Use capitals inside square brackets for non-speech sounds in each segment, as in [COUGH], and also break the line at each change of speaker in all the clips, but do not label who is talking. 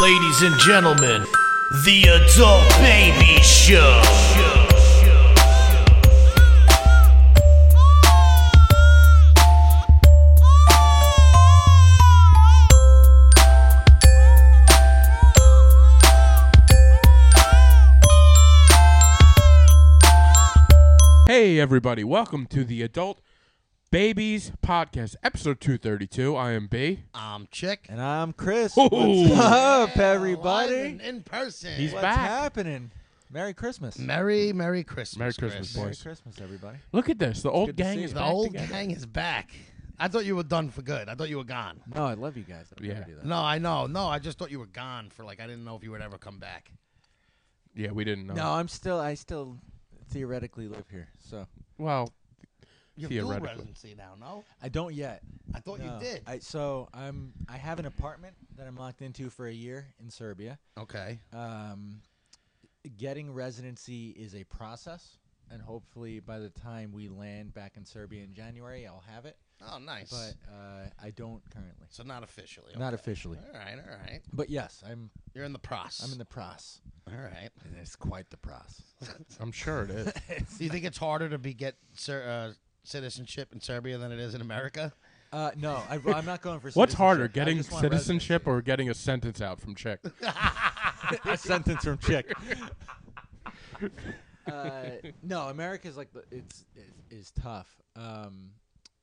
Ladies and gentlemen, the Adult Baby Show.
Hey, everybody, welcome to the Adult Babies Podcast, episode 232. I am B.
I'm Chick.
And I'm Chris.
Ooh.
What's up,
Live
everybody?
and in person.
He's
What's
back.
happening? Merry Christmas.
Merry, Merry Christmas.
Merry Christmas,
Chris.
Merry
boys.
Christmas, everybody.
Look at this. The old
good to
gang
see
is
you.
The
back
old
together.
gang is back. I thought you were done for good. I thought you were gone.
No, I love you guys. I don't
Yeah.
wanna do that.
No, I know. No, I just thought you were gone for like I didn't know if you would ever come back.
Yeah, we didn't know.
No, I'm still, I still theoretically live here. So
Well,
You have dual
Theoretically.
residency now, no?
I don't yet.
I thought
No.
you did.
I, so I'm, I have an apartment that I'm locked into for a year in Serbia.
okay.
Um, getting residency is a process. And hopefully by the time we land back in Serbia in January, I'll have it.
Oh, nice.
But uh, I don't currently.
so not officially.
Not
okay.
officially.
All right, all right.
But yes, I'm
You're in the process.
I'm in the pros.
All right.
And it's quite the pros.
I'm sure it [LAUGHS] is.
Do you think it's harder to be get ser- uh, citizenship in Serbia than it is in America?
Uh, no, I, well, I'm not going for.
What's
citizenship.
harder,
I
getting
just want
citizenship or getting a sentence out from Chick?
[LAUGHS] residency. a sentence
[LAUGHS]
from chick? uh, no, America's like the- it's it is tough. Um,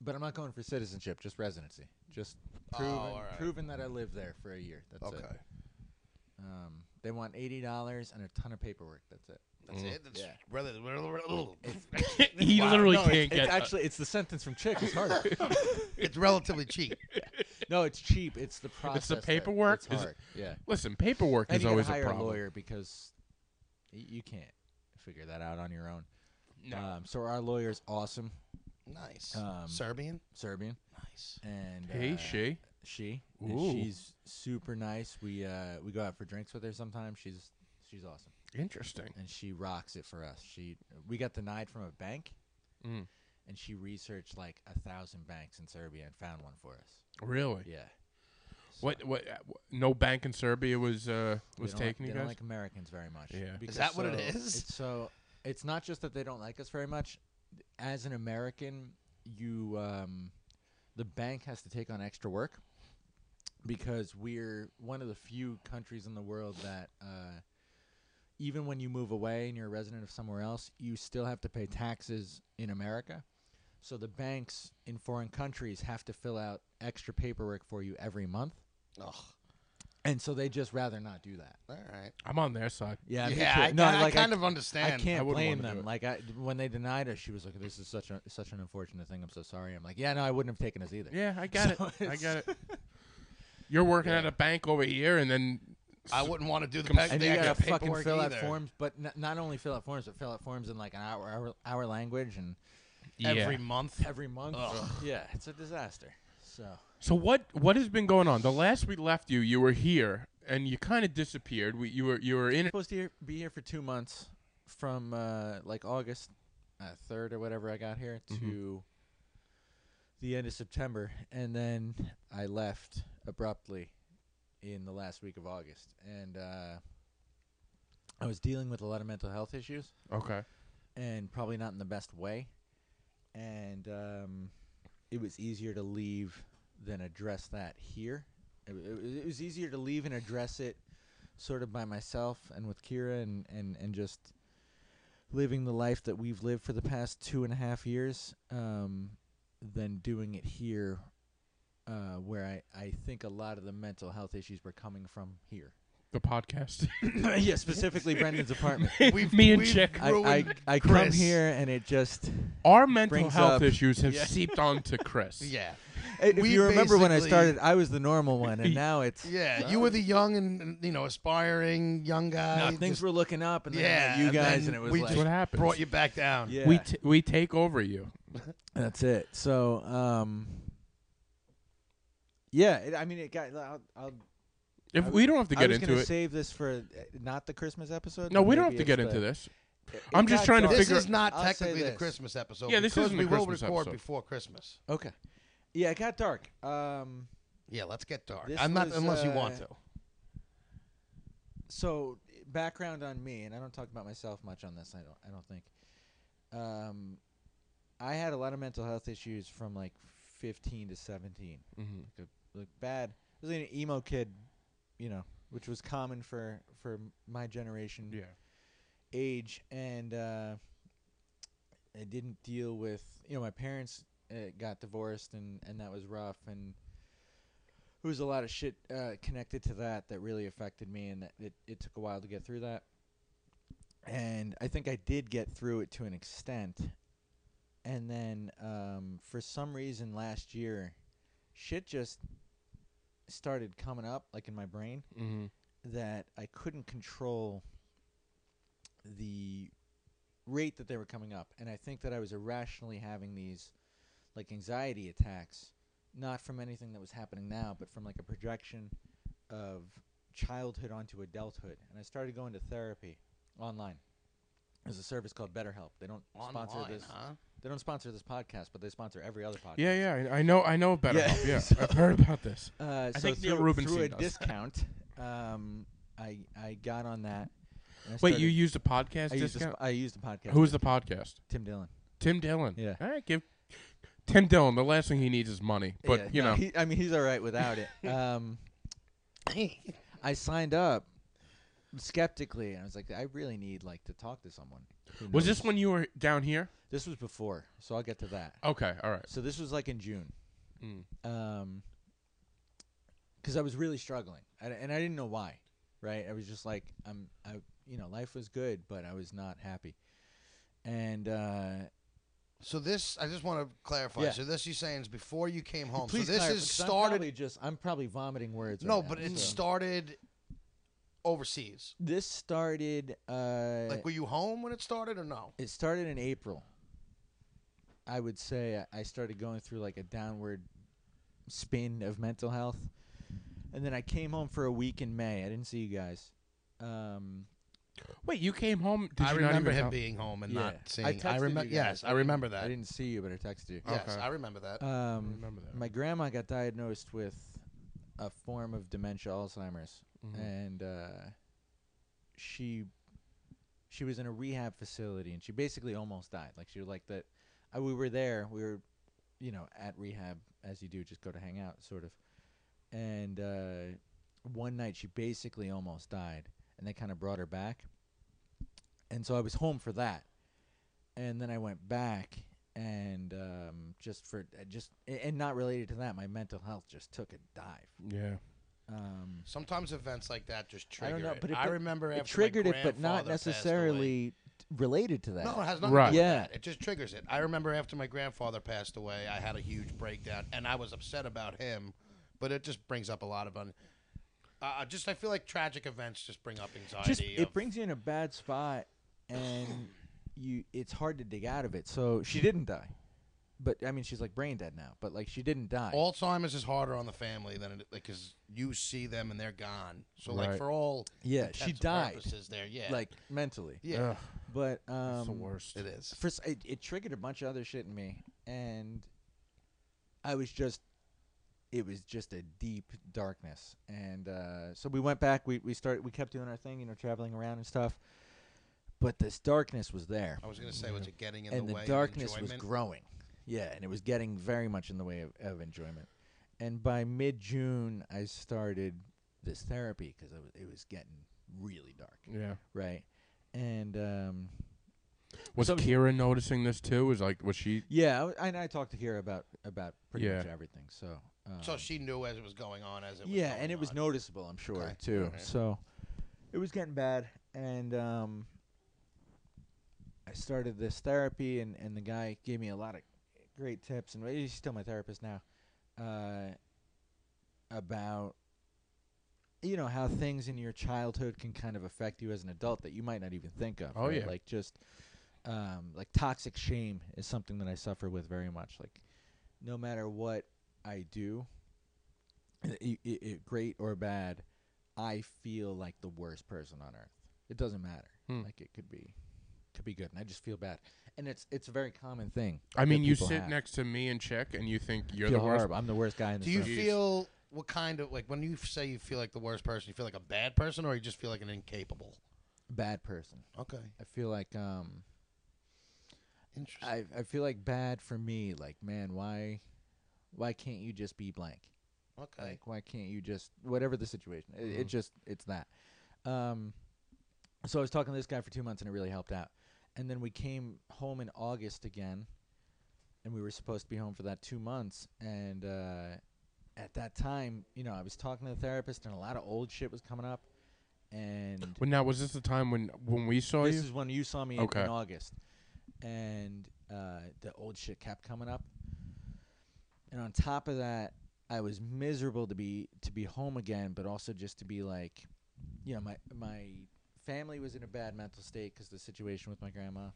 but I'm not going for citizenship, just residency, just proven,
all right.
proven that I live there for a year. That's it. Um, they want eighty dollars and a ton of paperwork.
[LAUGHS]
That's it.
That's it. That's
Yeah.
rather-
he literally
No,
can't
It's
get. uh,
actually it's the sentence from chick.
[LAUGHS]
It's harder.
it's relatively cheap.
no, it's cheap. It's the process. that-
paperwork?
It's
Is it-
hard. yeah.
listen, paperwork
And
is
you gotta
always
hire
a problem.
lawyer because y- you can't figure that out on your own.
No.
Um, so our lawyer's awesome,
Nice.
Um,
Serbian.
Serbian,
Nice.
and
He,
uh,
she.
she, and
Ooh.
she's super nice. We uh, we go out for drinks with her sometimes. She's she's awesome,
Interesting.
and she rocks it for us. She we got denied from a bank,
Mm.
and she researched like a thousand banks in Serbia and found one for us.
Really?
Yeah,
What? What? uh, wh- No bank in Serbia was uh
They
was
don't like-
taking
they
you guys.
don't like Americans very much.
Yeah. Is
because
that what it
so-
is?
It's so it's not just that they don't like us very much. As an American, you um, the bank has to take on extra work because we're one of the few countries in the world that uh, even when you move away and you're a resident of somewhere else, you still have to pay taxes in America. So the banks in foreign countries have to fill out extra paperwork for you every month.
Ugh.
And so they just rather not do that.
All right.
I'm on their side.
Yeah, me
yeah,
too.
I,
no,
I,
like,
kind
I,
of understand.
I can't
wouldn't
blame
wanna do
them.
it.
Like I, when they denied us, she was like, "This is such a such an unfortunate thing. I'm so sorry." I'm like, "Yeah, no, I wouldn't have taken us either."
Yeah, I got
So
it. I
it's-
got it. You're working at a bank over here, and then
I wouldn't want to do the
Com-
best
And
thing
you
I
gotta
could
fucking
paperwork
fill out
either.
forms, but n- not only fill out forms, but fill out forms in like an hour hour, hour language and
every month.
every month. Yeah, it's a disaster. So
So what what has been going on? The last we left you, you were here and you kind of disappeared. We, you were you were in
supposed to here- be here for two months from uh, like August uh, third or whatever I got here to the end of September, and then I left abruptly in the last week of August, and uh, I was dealing with a lot of mental health issues,
Okay.
and probably not in the best way, and um, it was easier to leave than address that here. It, it- it was easier to leave and address it sort of by myself and with Kira and, and, and just living the life that we've lived for the past two and a half years um, than doing it here uh, where I, I think a lot of the mental health issues were coming from here. [COUGHS]
The [LAUGHS] podcast.
yeah, specifically Brendan's apartment.
We've-
[LAUGHS] Me and
we've
Chick.
I, I,
ruined
I come
Chris.
here and it just.
Our mental
brings
health
up-
issues have [LAUGHS] seeped onto Chris.
Yeah,
If
We
you remember when I
basically-
started, I was the normal
[LAUGHS]
one, and now it's
yeah. You were the young and and, you know aspiring young guy.
no, things
just
were looking up, and then I
Yeah,
met you
and
guys,
then
and it was
we
like
That's what happens.
brought you back down.
[LAUGHS] yeah,
We t- we take over you.
that's it. So um, yeah, it, I mean, it got. I'll, I'll
If
I-
we don't have to
I
get
was
into
gonna
it.
save this for uh, not the Christmas episode.
no,
but
we don't have
maybe
to get
it's
into
the-
this.
it-
I'm
it
just
got
trying to
dark.
This
figure-
is not
I'll say
technically the
this.
Christmas episode.
Yeah, this
because
isn't
we
a
will
Christmas
record
episode.
before Christmas.
Okay, yeah, it got dark. Um,
Yeah, let's get dark.
This
I'm not
was,
unless you want
uh,
to.
so background on me, and I don't talk about myself much on this. I don't. I don't think. Um, I had a lot of mental health issues from like 15 to 17.
Mm-hmm.
Like, a, like bad. I was an emo kid, you know, which was common for for my generation
Yeah.
age, and uh, I didn't deal with. You know, my parents uh, got divorced, and and that was rough, and there was a lot of shit uh, connected to that that really affected me, and that it it took a while to get through that. And I think I did get through it to an extent, and then um, for some reason last year, shit just started coming up like in my brain
Mm-hmm.
that I couldn't control the rate that they were coming up. And I think that I was irrationally having these like anxiety attacks, not from anything that was happening now, but from like a projection of childhood onto adulthood. And I started going to therapy online. There's a service called BetterHelp. They don't sponsor
Online,
this.
huh?
They don't sponsor this podcast, but they sponsor every other podcast.
Yeah, yeah. I- I know. I know better.
Yeah,
Yeah,
[LAUGHS] so-
I've heard about this.
Uh,
I
so
think Neil
through,
Rubenstein
through a
does. [LAUGHS]
discount, um, I I got on that. and I
Wait, you
started-
used a podcast
I used, the,
discount?
sp- I used the podcast.
Who's the podcast?
Tim Dillon?
Tim Dillon.
Yeah.
All right, give Tim Dillon. The last thing he needs is money, but
Yeah,
you
no,
know.
he, I mean, he's all right without
[LAUGHS]
it. Um, I signed up skeptically, and I was like, I really need like to talk to someone. who
was
knows."
this when you were down here?
This was before, so I'll get to that.
Okay. All right.
So this was like in June.
Oh. Mm.
Um, because I was really struggling, and, and I didn't know why. Right, I was just like, I'm, I, you know, life was good, but I was not happy. And uh,
So this, I just want to clarify.
Yeah.
So this you're saying is before you came home.
please,
so this
clarify,
is
'cause I'm
started.
probably just, I'm probably vomiting words.
no,
right now,
but it
so.
started overseas.
This started. Uh,
Like, were you home when it started or no?
it started in April. I would say I I started going through like a downward spin of mental health, and then I came home for a week in May. I didn't see you guys. Um,
Wait, you came home. Did
I
you not
remember
even
him
tell-
being home and
yeah.
not seeing.
texted
I,
you
remember.
guys.
Yes, I
didn't-
remember that. Oh,
I didn't see you, but I texted you.
yes,
Okay.
I remember that.
I
Um,
remember that.
my grandma got diagnosed with a form of dementia, Alzheimer's,
Mhm.
and uh, she she was in a rehab facility, and she basically almost died. Like she was like that. Uh, we were there. We were, you know, at rehab as you do, just go to hang out, sort of. And uh, one night she basically almost died, and they kind of brought her back. And so I was home for that, and then I went back and um, just for uh, just a- and not related to that, my mental health just took a dive.
yeah.
Um,
Sometimes events like that just
I
trigger.
don't know, but
it.
it,
I
but
remember
it
after my
triggered it, but not
grandfather passed away-
necessarily t- related to that.
No, it has nothing
Right.
to do with
Yeah.
that. It just triggers it. I remember after my grandfather passed away, I had a huge breakdown, and I was upset about him. But it just brings up a lot of un. Uh, just I feel like tragic events just bring up anxiety.
just
of-
it brings you in a bad spot, and you it's hard to dig out of it. So she didn't die, but I mean she's like brain dead now. But like she didn't die.
Alzheimer's is harder on the family than it because you see them and they're gone. So like
Right.
for all
Yeah,
intents
she
and
died.
Purposes, there, yeah,
like mentally,
yeah,
Ugh,
but um,
it's the worst.
it is.
first it, it triggered a bunch of other shit in me and i was just it was just a deep darkness and uh, so we went back we, we started we kept doing our thing you know traveling around and stuff but this darkness was there
I was gonna say, was it getting Oh, in
and
the,
the,
way? of
darkness was
enjoyment?
growing yeah and it was getting very much in the way of, of enjoyment and by mid-june i started this therapy because was, it was getting really dark
Yeah.
right and um,
Was
So-
Kira noticing this too? Was like, was she?
Yeah, I w- and I talked to her about about pretty much
Yeah.
everything. So, um,
so she knew as it was going on, as it was
yeah,
going
and it was
on.
noticeable, I'm sure
Okay,
too.
alright.
So, it was getting bad, and um, I started this therapy, and and the guy gave me a lot of great tips, and he's still my therapist now, uh, about you know how things in your childhood can kind of affect you as an adult that you might not even think of.
Oh,
right?
yeah.
like just um, like toxic shame is something that I suffer with very much. Like no matter what I do, i i i great or bad, I feel like the worst person on earth. It doesn't matter.
Hmm.
Like it could be, could be good, and I just feel bad. And it's it's a very common thing.
I mean,
that
you
people
sit
have.
next to me and Chick, and you think you're
feel
the worst.
horrible. I'm the worst guy in
Do
the
you
Jeez.
feel what kind of like when you say you feel like the worst person, you feel like a bad person, or you just feel like an incapable?
Bad person.
Okay,
I feel like um
interesting.
I I feel like bad for me. Like man, why why can't you just be blank?
okay,
Like, why can't you just whatever the situation? It, it just it's that. Um, so I was talking to this guy for two months, and it really helped out. And then we came home in August again, and we were supposed to be home for that two months. And uh, at that time, you know, I was talking to the therapist, and a lot of old shit was coming up. And
Well, now was this the time when when we saw
this
you?
is when you saw me in-
Okay.
in August, and uh, the old shit kept coming up. And on top of that, I was miserable to be to be home again, but also just to be like, you know, my my family was in a bad mental state because the situation with my grandma,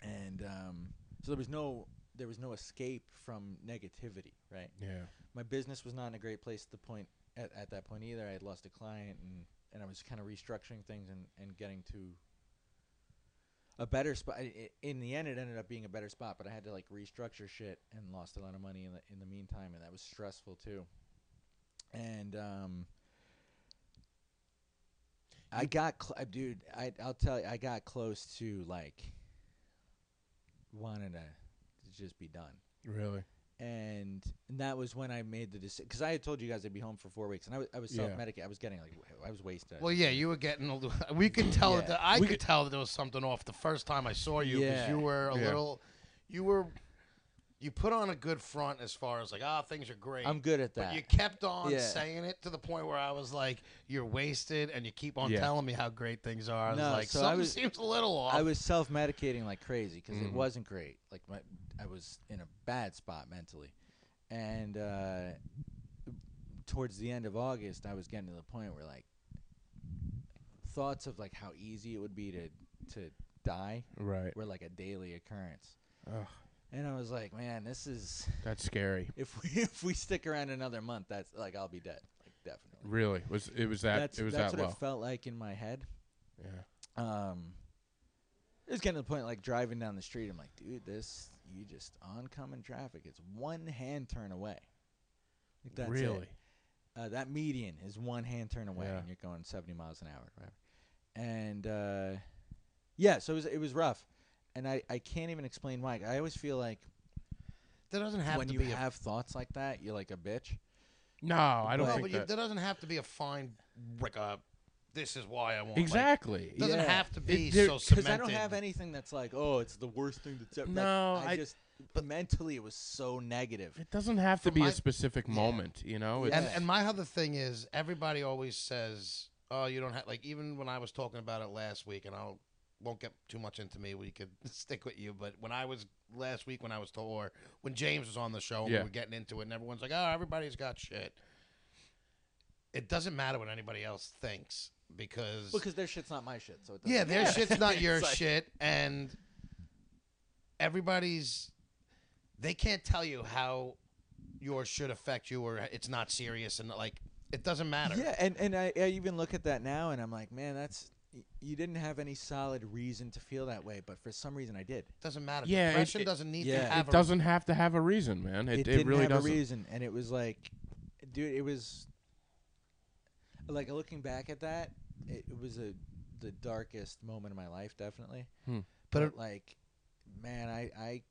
and um, so there was no there was no escape from negativity, right?
yeah.
my business was not in a great place at the point at, at that point either. I had lost a client and, and I was kind of restructuring things and, and getting to a better spot. I- i- In the end, it ended up being a better spot, but I had to like restructure shit and lost a lot of money in the in the meantime, and that was stressful too. And um, I got cl- uh, dude, I I'll tell you, I got close to like wanting to to just be done
Really?
and and that was when I made the decision because I had told you guys I'd be home for four weeks, and I was I was
Yeah.
self medicating. I was getting like w- I was wasted.
Well, yeah, you were getting a little. [LAUGHS] We could tell
Yeah.
that the- I
We
could,
could-
tell that there was something off the first time I saw you because
Yeah.
you were a
Yeah.
little. You were. You put on a good front as far as like, ah, things are great.
I'm good at
But
that.
you kept on
Yeah.
saying it to the point where I was like, "You're wasted," and you keep on
Yeah.
telling me how great things are. I was
No,
like,
so I
"Something
was-
[LAUGHS] seems a little off."
I was self medicating like crazy because
Mhm.
it wasn't great. Like my, I was in a bad spot mentally, and uh, towards the end of August, I was getting to the point where like thoughts of like how easy it would be to to die
Right.
were like a daily occurrence.
Ugh,
And I was like, man, this is
that's scary.
if we [LAUGHS] if we stick around another month, that's like I'll be dead, like definitely.
Really? Was it was that
That's
it was
that's
that
what
low?
it felt like in my head.
yeah.
Um, it was getting to the point like driving down the street. I'm like, dude, this you just oncoming traffic. It's one hand turn away. Like, that's it.
really?
Uh, that median is one hand turn away,
Yeah.
and you're going 70 miles an hour, or whatever. And uh, yeah, so it was it was rough, and I I can't even explain why. I always feel like
there doesn't have
when
to
you
be a
have thoughts like that, you're like a bitch.
No, I don't
no,
think
but you,
that.
there doesn't have to be a fine. Like a, this is why I want. like,
exactly.
it doesn't
Yeah.
have to be
there-
so
'cause
because
cemented.
I don't have anything that's like, oh, it's the worst thing that's ever. like,
No,
I,
I-
just mentally it was so negative.
It doesn't have to be
my-
a specific moment, you know. It's,
And,
Yeah.
and my other thing is, everybody always says, "Oh, you don't have." Like even when I was talking about it last week, and I'll won't get too much into me. We could [LAUGHS] stick with you, but when I was last week, when I was tour, when James was on the show, and
Yeah.
we were getting into it, and everyone's like, "Oh, everybody's got shit." It doesn't matter what anybody else thinks because
because their shit's not my shit, so it doesn't
yeah, their
matter.
shit's not your
It's like-
shit, and everybody's. They can't tell you how yours should affect you, or it's not serious, and like it doesn't matter.
Yeah, and and I, I even look at that now, and I'm like, man, that's y- you didn't have any solid reason to feel that way, but for some reason I did.
It doesn't matter.
Yeah, it-
Depression
it-
doesn't need
yeah.
to
It
have.
it doesn't have to have a reason, man. It, it,
didn't
really
have
doesn't.
a reason, and it was like, dude, it was like looking back at that, it, it was a the darkest moment of my life, definitely.
A, but it,
like man i i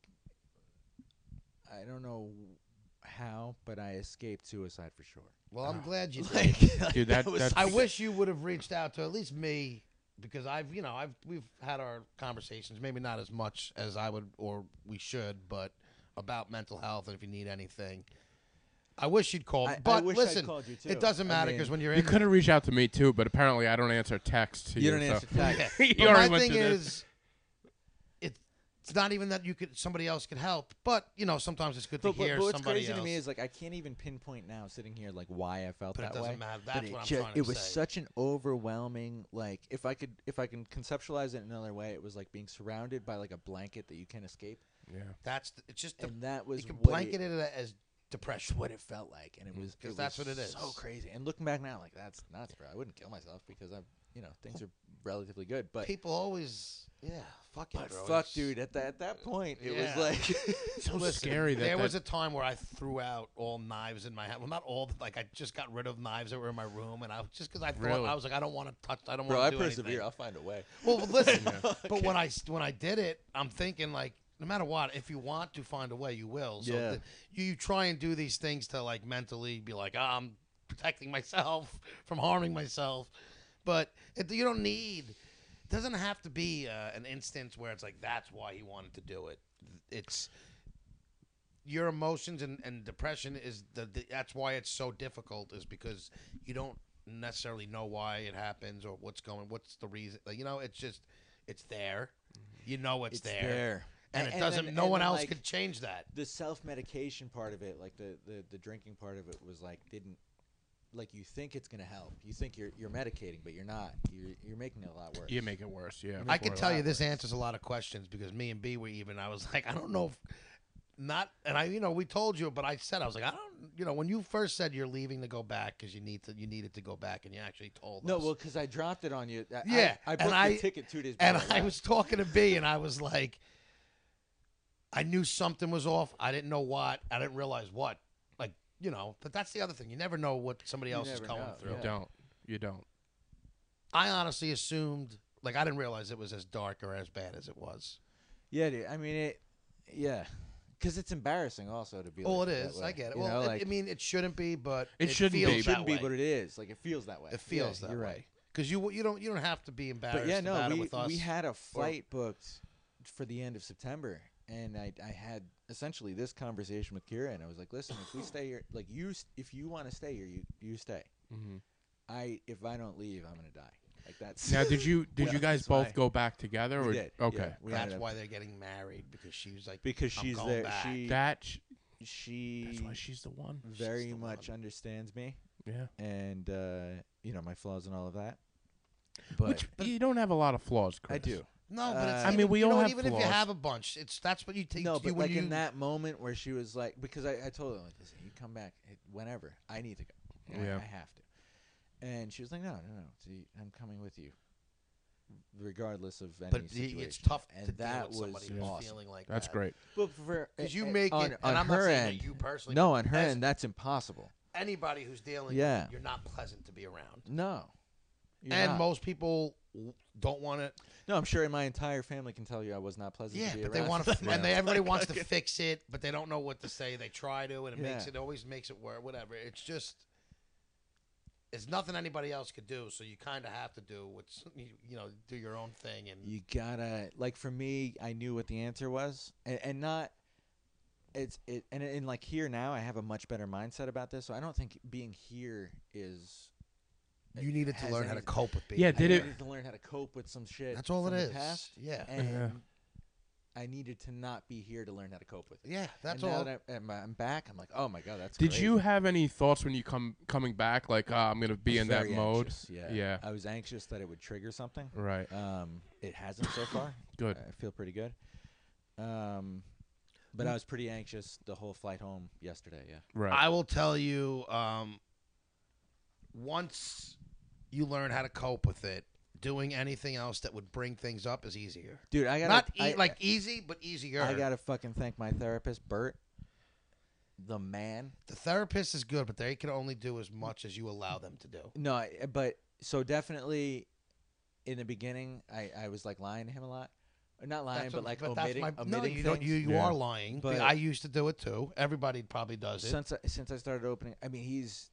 i don't know how but i escaped suicide for sure [LAUGHS]
well, I'm glad you did.
like,
Dude, that-
was-
that's-
I wish you would have reached out to at least me because I've, you know, I've we've had our conversations, maybe not as much as I would or we should, but about mental health and if you need anything. I wish you'd called,
I- I
but
wish I'd
listen,
called you, too.
it doesn't
I
matter
mean-
because when you're
You
in,
could have reached out to me too, but apparently I don't answer texts to you.
you don't
so-
answer
[LAUGHS]
[LAUGHS] text
You
But
already
my
went
thing
through this.
is, it, it's not even that you could somebody else could help, but you know, sometimes it's good
but,
to
but,
hear
but what's
somebody
crazy
else.
to me is like i can't even pinpoint now sitting here like why i felt
But it
that
doesn't
way
matter.
but
That's
it
what I'm
ju-
trying to
it was
say.
such an overwhelming like if i could if i can conceptualize it another way it was like being surrounded by like a blanket that you can't escape
Yeah.
That's the, it's just the,
and that was
you can
what
blanket
it,
it, as depression.
what it felt like and it was
'Cause
was
that's what it is.
so crazy and looking back now like that's nuts bro i wouldn't kill myself because i'm you know things are relatively good. But
People always, yeah, fuck it,
but
bro.
fuck,
It's-
dude, at that at that point, it
[LAUGHS] Yeah.
was like [LAUGHS]
so
Listen,
scary that,
there
that
was a time where I threw out all knives in my house. Well, not all, but, like I just got rid of knives that were in my room, and I was just because I thought
Really?
I was like, I don't want to touch, I don't
bro,
want
I
to do
persevere.
anything.
I'll find a way.
[LAUGHS] Well, well, listen,
[LAUGHS]
but when I s- when I did it, I'm thinking like, no matter what, if you want to find a way, you will. So
Yeah.
th- you, you try and do these things to like mentally be like, ah, I'm protecting myself [LAUGHS] from harming myself, but it, you don't need. It doesn't have to be uh, an instance where it's like that's why he wanted to do it. It's your emotions and, and depression is the, the that's why it's so difficult is because you don't necessarily know why it happens or what's going what's the reason like, you know it's just it's there you know it's, there. and, it doesn't
then-
no
and
one
then,
else
like,
could change that
the self medication part of it, like the, the the drinking part of it, was like didn't like you think it's gonna help. You think you're you're medicating, but you're not. You're you're making it a lot worse.
you make it worse. Yeah,
I can
Before
tell
that.
you this answers a lot of questions because me and B were even. I was like, I don't know if not, and I, you know, we told you, but I said I was like, I don't, you know, when you first said you're leaving to go back because you need to, you needed to go back, and you actually told
no,
us.
well, because I dropped it on you. I, I-
Yeah,
I,
and
booked
I-
the ticket two days.
and
before
I
left.
was talking to B, and I was like, I knew something was off. I didn't know what. I didn't realize what. Like, you know, but that's the other thing. You never know what somebody
You
else is
never
going
know,
through.
You don't. You don't.
I honestly assumed, like, I didn't realize it was as dark or as bad as it was.
Yeah, dude. I mean it. Yeah, because it's embarrassing also to be.
Well,
like
it
that
is. I
way.
get it.
You
well,
know,
it-
like,
I mean, it shouldn't be, but
It shouldn't be.
feels
It
it
that
shouldn't be,
way.
but it is. Like it feels that way.
It feels
yeah,
that
you're
way.
Right.
Because you you don't you don't have to be embarrassed
But yeah, no,
about it
we,
with us.
we had a flight booked for the end of September, and I, I had essentially this conversation with Kira, and I was like, listen, if we stay here, like you, s- if you want to stay here, you you stay.
Mhm.
I if I don't leave, I'm gonna die. Like that's [LAUGHS]
Now, did you did
Yeah,
you guys
that's why
both go back together?
we
or
did.
okay,
Yeah, we
That's
ended up-
why they're getting married because she was like
because
I'm
she's
going
there.
back.
She
that sh-
she
that's why she's the one.
very
the one.
much understands me,
Yeah,
and uh, you know my flaws and all of that. But
Which you don't have a lot of flaws,
[LAUGHS]
Chris.
I do.
No, but it's
Uh, I
mean, we
you know
all
what,
have
even if
flaws.
you have a bunch, it's that's what you take.
No,
you-
but
when
like
you,
in that moment where she was like, because I, I told her like, listen, you come back eh, whenever. I need to go. I-
Yeah.
I, have to. And she was like, no, no, no. See, I'm coming with you, regardless of any
but it-
situation.
it's tough
and
to
that
deal with
was
somebody who's
awesome.
feeling like
That's
that.
great.
But for
Because you
eh, eh,
make
on,
it,
on
and I'm
her
not saying
end,
that you personally.
no,
but
on her
as
end, that's impossible.
anybody who's dealing, yeah,
Yeah.
you're not pleasant to be around,
No. You're
and
not.
most people w- don't want to.
no, I'm sure my entire family can tell you I was not pleasant.
Yeah,
to be
but they
around.
want to,
[LAUGHS]
and they, everybody wants to fix it, but they don't know what to say. They try to, and it makes
Yeah.
it always makes it work. Whatever. It's just. It's nothing anybody else could do, so you kind of have to do what's you, you know do your own thing and
you gotta like for me i knew what the answer was and, and not it's it and, and like here now i have a much better mindset about this so i don't think being here is
you needed to
has
learn how to
anything-
cope with being
Yeah,
I
did it? e-
needed to learn how to cope with some shit
That's all it
from the
is.
past,
Yeah.
and
Yeah.
i needed to not be here to learn how to cope with it
Yeah, that's
and now
all.
that I'm, I'm back i'm like oh my god that's
Did
great.
you have any thoughts when you come coming back? Like, ah, I'm gonna
I
be
was
in that
very
mode.
anxious, yeah
Yeah.
i was anxious that it would trigger something
Right.
um it hasn't so far
Good.
I feel pretty [COUGHS] good. Um, but I was pretty anxious the whole flight home yesterday. Yeah.
Right.
I will tell you, um, once you learn how to cope with it, doing anything else that would bring things up is easier.
Dude, I got
Not
I,
e- like easy, but easier.
I gotta fucking thank my therapist, Bert, the man.
the therapist is good, but they can only do as much as you allow them to do.
No, I, but so definitely, in the beginning, I, I was like lying to him a lot, Or not lying,
That's
but
what-
like
that's
omitting,
my- no,
omitting
you don't. You,
things.
you
Yeah.
are lying.
But-
I used to do it too. Everybody probably does it.
since I, since I started opening, I mean, he's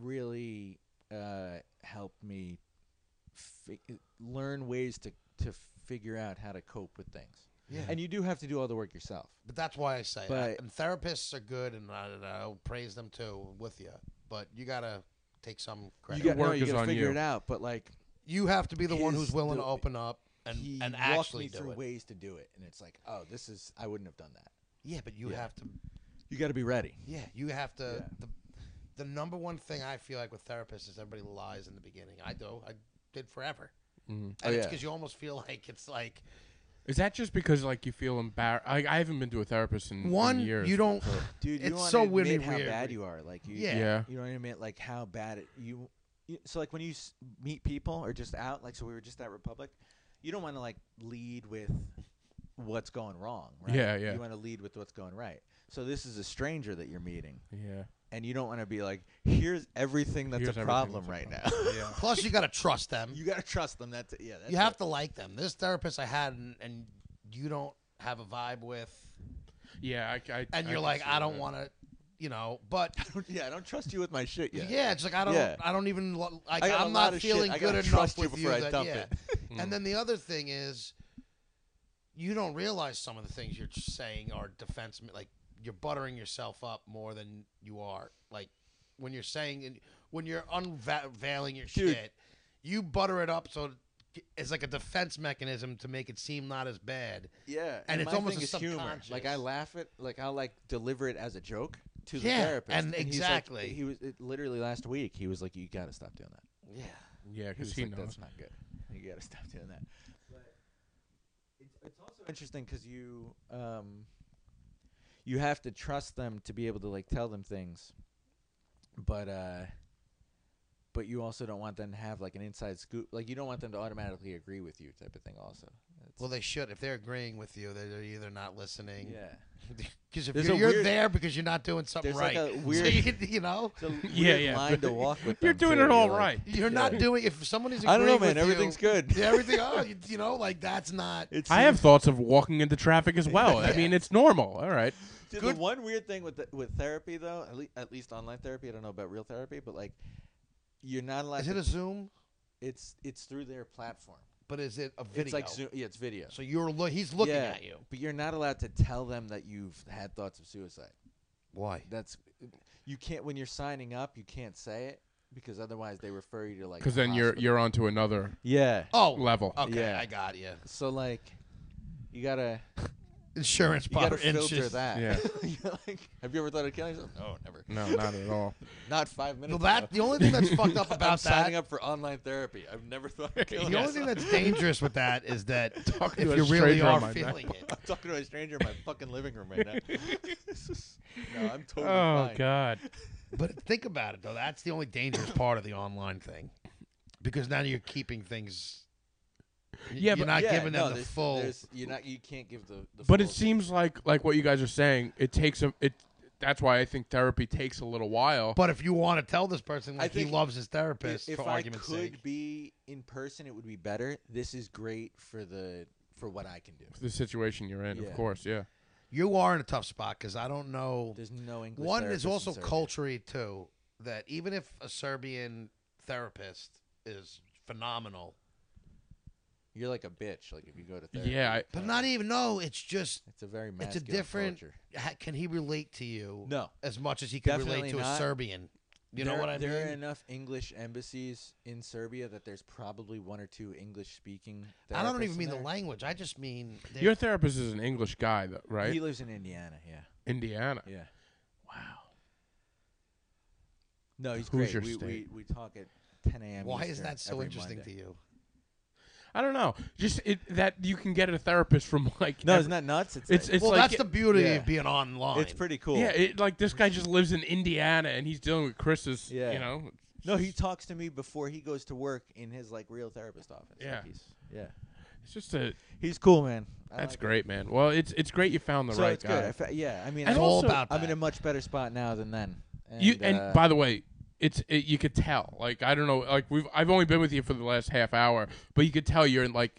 really uh, helped me fi- learn ways to to figure out how to cope with things.
Yeah.
and you do have to do all the work yourself.
But that's why I say, I-
But-
and therapists are good, and I, and I'll praise them too with you. But you gotta take some credit.
You
The
got no,
work
you
is
got
on
to figure
you.
it out. But like,
You have to be the one
His-
who's willing
the-
to open up and
he
and
walked
actually
me
do
through
it.
ways to do it, and it's like, oh, this is I wouldn't have done that.
Yeah, but you
Yeah.
have to.
You got to be ready.
Yeah, you have to.
Yeah.
The, the number one thing I feel like with therapists is everybody lies in the beginning. I do. I did forever.
Mm.
And
Oh,
it's
yeah.
because you almost feel [LAUGHS] like it's like
Is that just because like you feel embarrassed? I, I haven't been to a therapist in in
one,
years.
you
[LAUGHS]
don't.
Dude, you
It's
don't
so
wanna admit
weirdly
how
weird.
bad you are. Like, you,
Yeah.
Yeah.
you don't admit like how bad it, you y- so like when you s- meet people or just out, like so we were just at Republic, you don't want to like lead with what's going wrong, right?
Yeah, yeah.
You want to lead with what's going right. So this is a stranger that you're meeting,
Yeah.
and you don't want to be like, here's everything that's
Here's
a
everything
problem
that's a
right now.
Yeah.
Plus, you got to trust them.
[LAUGHS] you gotta trust them. That's yeah. That's
you have
it.
to like them. This therapist I had, and, and you don't have a vibe with,
Yeah. I, I,
and
I
you're
can
like,
see
I don't
that.
want to, you know.
[LAUGHS]
But
yeah, I don't trust you with my shit
yeah,
yet.
it's like I don't,
Yeah.
I don't even. lo- Like,
I got a
I'm
lot
not
of shit.
feeling
I
good
gotta
enough
trust you
with
before I
that-
dump
yeah.
it.
and then the other thing is, you don't realize some of the things you're saying are defense. Like you're buttering yourself up more than you are. Like when you're saying and when you're unveiling your
Dude.
shit, you butter it up so it's like a defense mechanism to make it seem not as bad.
Yeah,
And it's
my
almost
thing
a
is humor. Like I
subconscious.
laugh at, like I'll like deliver it as a joke to the
Yeah,
therapist.
and
he's like-
exactly.
he was it, literally last week. He was like, "You gotta stop doing that."
Yeah.
Yeah,
He
because
was
he
like,
knows.
"That's not good. You gotta stop doing that." But it's, it's also interesting because you um you have to trust them to be able to like tell them things, but uh. But you also don't want them to have like an inside scoop. Like you don't want them to automatically agree with you, type of thing. Also, It's-
Well, they should. If they're agreeing with you, they're either not listening. [LAUGHS]
yeah.
Because if
There's
you're,
a
you're
weird-
there because you're not doing something
There's like
right,
a
So [LAUGHS]
weird-
you, you know,
[LAUGHS]
It's a
Yeah,
weird
yeah,
line
but
to walk with.
You're
them,
doing
too.
it all
You're like-
right.
you're not doing. If somebody's
I
agreeing
don't know, man.
with
Everything's
you,
good.
[LAUGHS] Yeah, everything. Oh, you, you know, like that's not.
[LAUGHS] It's
I have thoughts of walking into traffic as well. I
Yeah.
mean, it's normal. All right.
Dude,
good-
[LAUGHS] The one weird thing with the, with therapy, though, at, le- at least online therapy, I don't know about real therapy, but like, you're not allowed.
Is
to,
it a Zoom?
it's it's through their platform.
But is it a video?
It's like Zoom. Yeah, it's video.
So you're lo- he's looking
Yeah,
at you.
but you're not allowed to tell them that you've had thoughts of suicide.
Why?
That's you can't when you're signing up. You can't say it because otherwise they refer you to like.
Because
a
then you're
hospital.
you're onto another
yeah.
Oh,
level.
okay,
Yeah.
I got you.
So like, you gotta.
Insurance
You gotta
policy.
filter
insurance-
that.
Yeah.
[LAUGHS] You're like, have you ever thought of killing yourself? No, never.
No, not at all.
[LAUGHS]
Not five minutes.
Hmm. Well, that
ago.
the only thing that's fucked up
[LAUGHS] I'm
about that
signing up for online therapy. I've never thought of
[LAUGHS]
killing
The only
myself.
thing that's dangerous with that is that
[LAUGHS] Talking to
if
a
you really
stranger on
are
my
feeling it,
I'm talking to a stranger in my fucking living room
[LAUGHS]
right now. This is- no, I'm totally
Oh
fine.
God.
but think about it though, that's the only dangerous part of the online thing, because now you're keeping things.
Yeah,
you're
but-
not
Yeah,
giving
no,
them the
there's-
full.
there's- You're not. You can't give the. the
But
full
it seems like like what you guys are saying. It takes a it. That's why I think therapy takes a little while.
But if you want to tell this person like he
think
loves his
If,
therapist
if
for
I
argument's
could
sake,
be in person, it would be better. This is great for the for what I can do.
the situation you're in,
Yeah.
of course, yeah.
you are in a tough spot because I don't know.
There's no English.
One
therapist
is
in
also
Serbia.
culturally too that even if a Serbian therapist is phenomenal,
You're like a bitch. Like if you go to therapy,
Yeah, I,
but not even no, it's just
it's a very
it's a
masculine
different.
culture.
ha- Can he relate to you?
No,
as much as he could relate
Definitely
to a
not.
Serbian. You know
There-
what I mean?
There are enough English embassies in Serbia that there's probably one or two English speaking.
I don't even mean the language. I just mean they-
your therapist is an English guy, though, right?
He lives in Indiana. Yeah,
Indiana.
yeah.
Wow.
No, he's
Who's
great.
your
we,
state?
we we talk at 10 a.m.
why is that so interesting to you?
I don't know. Just it, that you can get a therapist from [LAUGHS] like
No,
every-
it's not nuts. It's
It's
like-
it's
well,
like
that's the beauty
yeah.
of being online.
it's pretty cool.
yeah. It, like this guy just lives in Indiana and he's dealing with Chris's.
Yeah.
You know.
no, he talks to me before he goes to work in his like real therapist office. Like,
Yeah.
he's, yeah.
It's just a.
He's cool, man. I
That's
like him.
great, man. Well, it's it's great you found the
So
right
it's
guy.
good. I fe- yeah, I mean,
And
I'm,
all
also-
about
I'm in
that.
a much better spot now than then. And,
you and
uh,
by the way it's it, you could tell like i don't know like we've i've only been with you for the last half hour but you could tell you're in like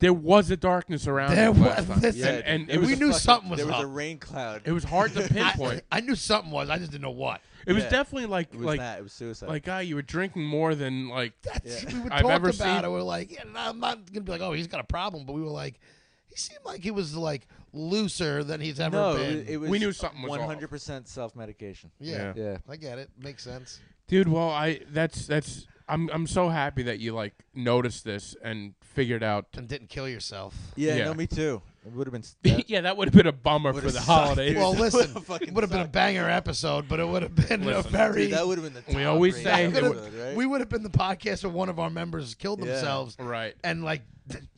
there was a darkness around
There
you last
was-
time.
listen,
and, and
there
it was
we
a
knew something was
There was a
up.
rain cloud.
it was hard
[LAUGHS]
to
I,
pinpoint
[LAUGHS] I knew something was. I just didn't know what.
it was
Yeah.
definitely like
It was
like
that. It was suicide.
like guy you were drinking more than like
That's, We were
I've
talking
ever
about
seen-
it. We're like, yeah, no, I'm not gonna be like, oh, he's got a problem. But we were like, he seemed like he was like looser than he's ever
no,
been.
it, it was.
We knew something was off.
100% self medication.
yeah,
Yeah.
I get it. Makes sense.
dude well i that's that's i'm i'm so happy that you like noticed this and figured out [LAUGHS]
And didn't kill yourself.
Yeah,
Yeah.
no, me too. It would have
[LAUGHS]
been. s- that-
yeah, that would have been a bummer for
Would've
the
sucked,
holidays.
dude. [LAUGHS]
Well,
That
listen,
would've
it
fucking
would have been a
sucked.
banger episode, but it would have been a
Listen,
very.
Dude, that would have been the.
We
top
always
rated
say it
episode,
would've-
right?
we would have been the podcast if one of our members killed
Yeah.
themselves,
right.
and
[LAUGHS]
like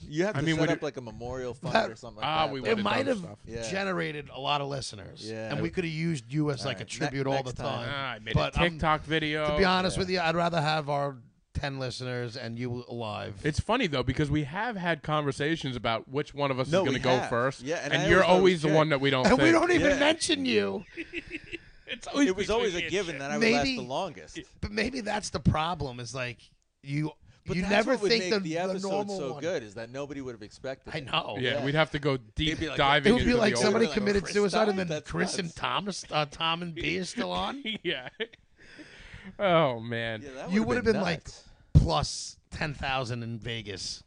you have
I
to
mean,
set
we
up
do-
like a memorial fund
That-
or something.
Ah,
like that.
we
though.
would've
it
done
might have
stuff.
Yeah.
generated a lot of listeners.
Yeah.
and we could have used you as like a
Alright, ne-
tribute all the
next time.
time.
Ah, I made
But,
a
um,
TikTok video.
To be honest
Yeah.
with you, I'd rather have our ten listeners and you alive.
It's funny though because we have had conversations about which one of us
No,
is going
we
to go
have.
first.
Yeah, and I
you're
always thought it was
always the
Jake.
one that we don't.
[LAUGHS] and we
think.
don't even
Yeah.
mention you.
It's
[LAUGHS]
It was always a given that I would last
Maybe-
the longest.
But maybe that's the problem. Is like you.
But
you
that's
never
what would
think
make
the,
the episode
normal
so
one.
good is that nobody would have expected.
I
it.
know.
Yeah,
Yeah.
we'd have to go deep
be like,
diving.
It would be
into
like
the
somebody
like,
committed
Chris
succeed, and
died?
then
That's
Chris
nuts.
and Thomas, uh, Tom and B is
[LAUGHS]
still on.
old... yeah. Oh man.
Yeah, that
You
would have
been, like
nuts.
plus ten thousand in Vegas.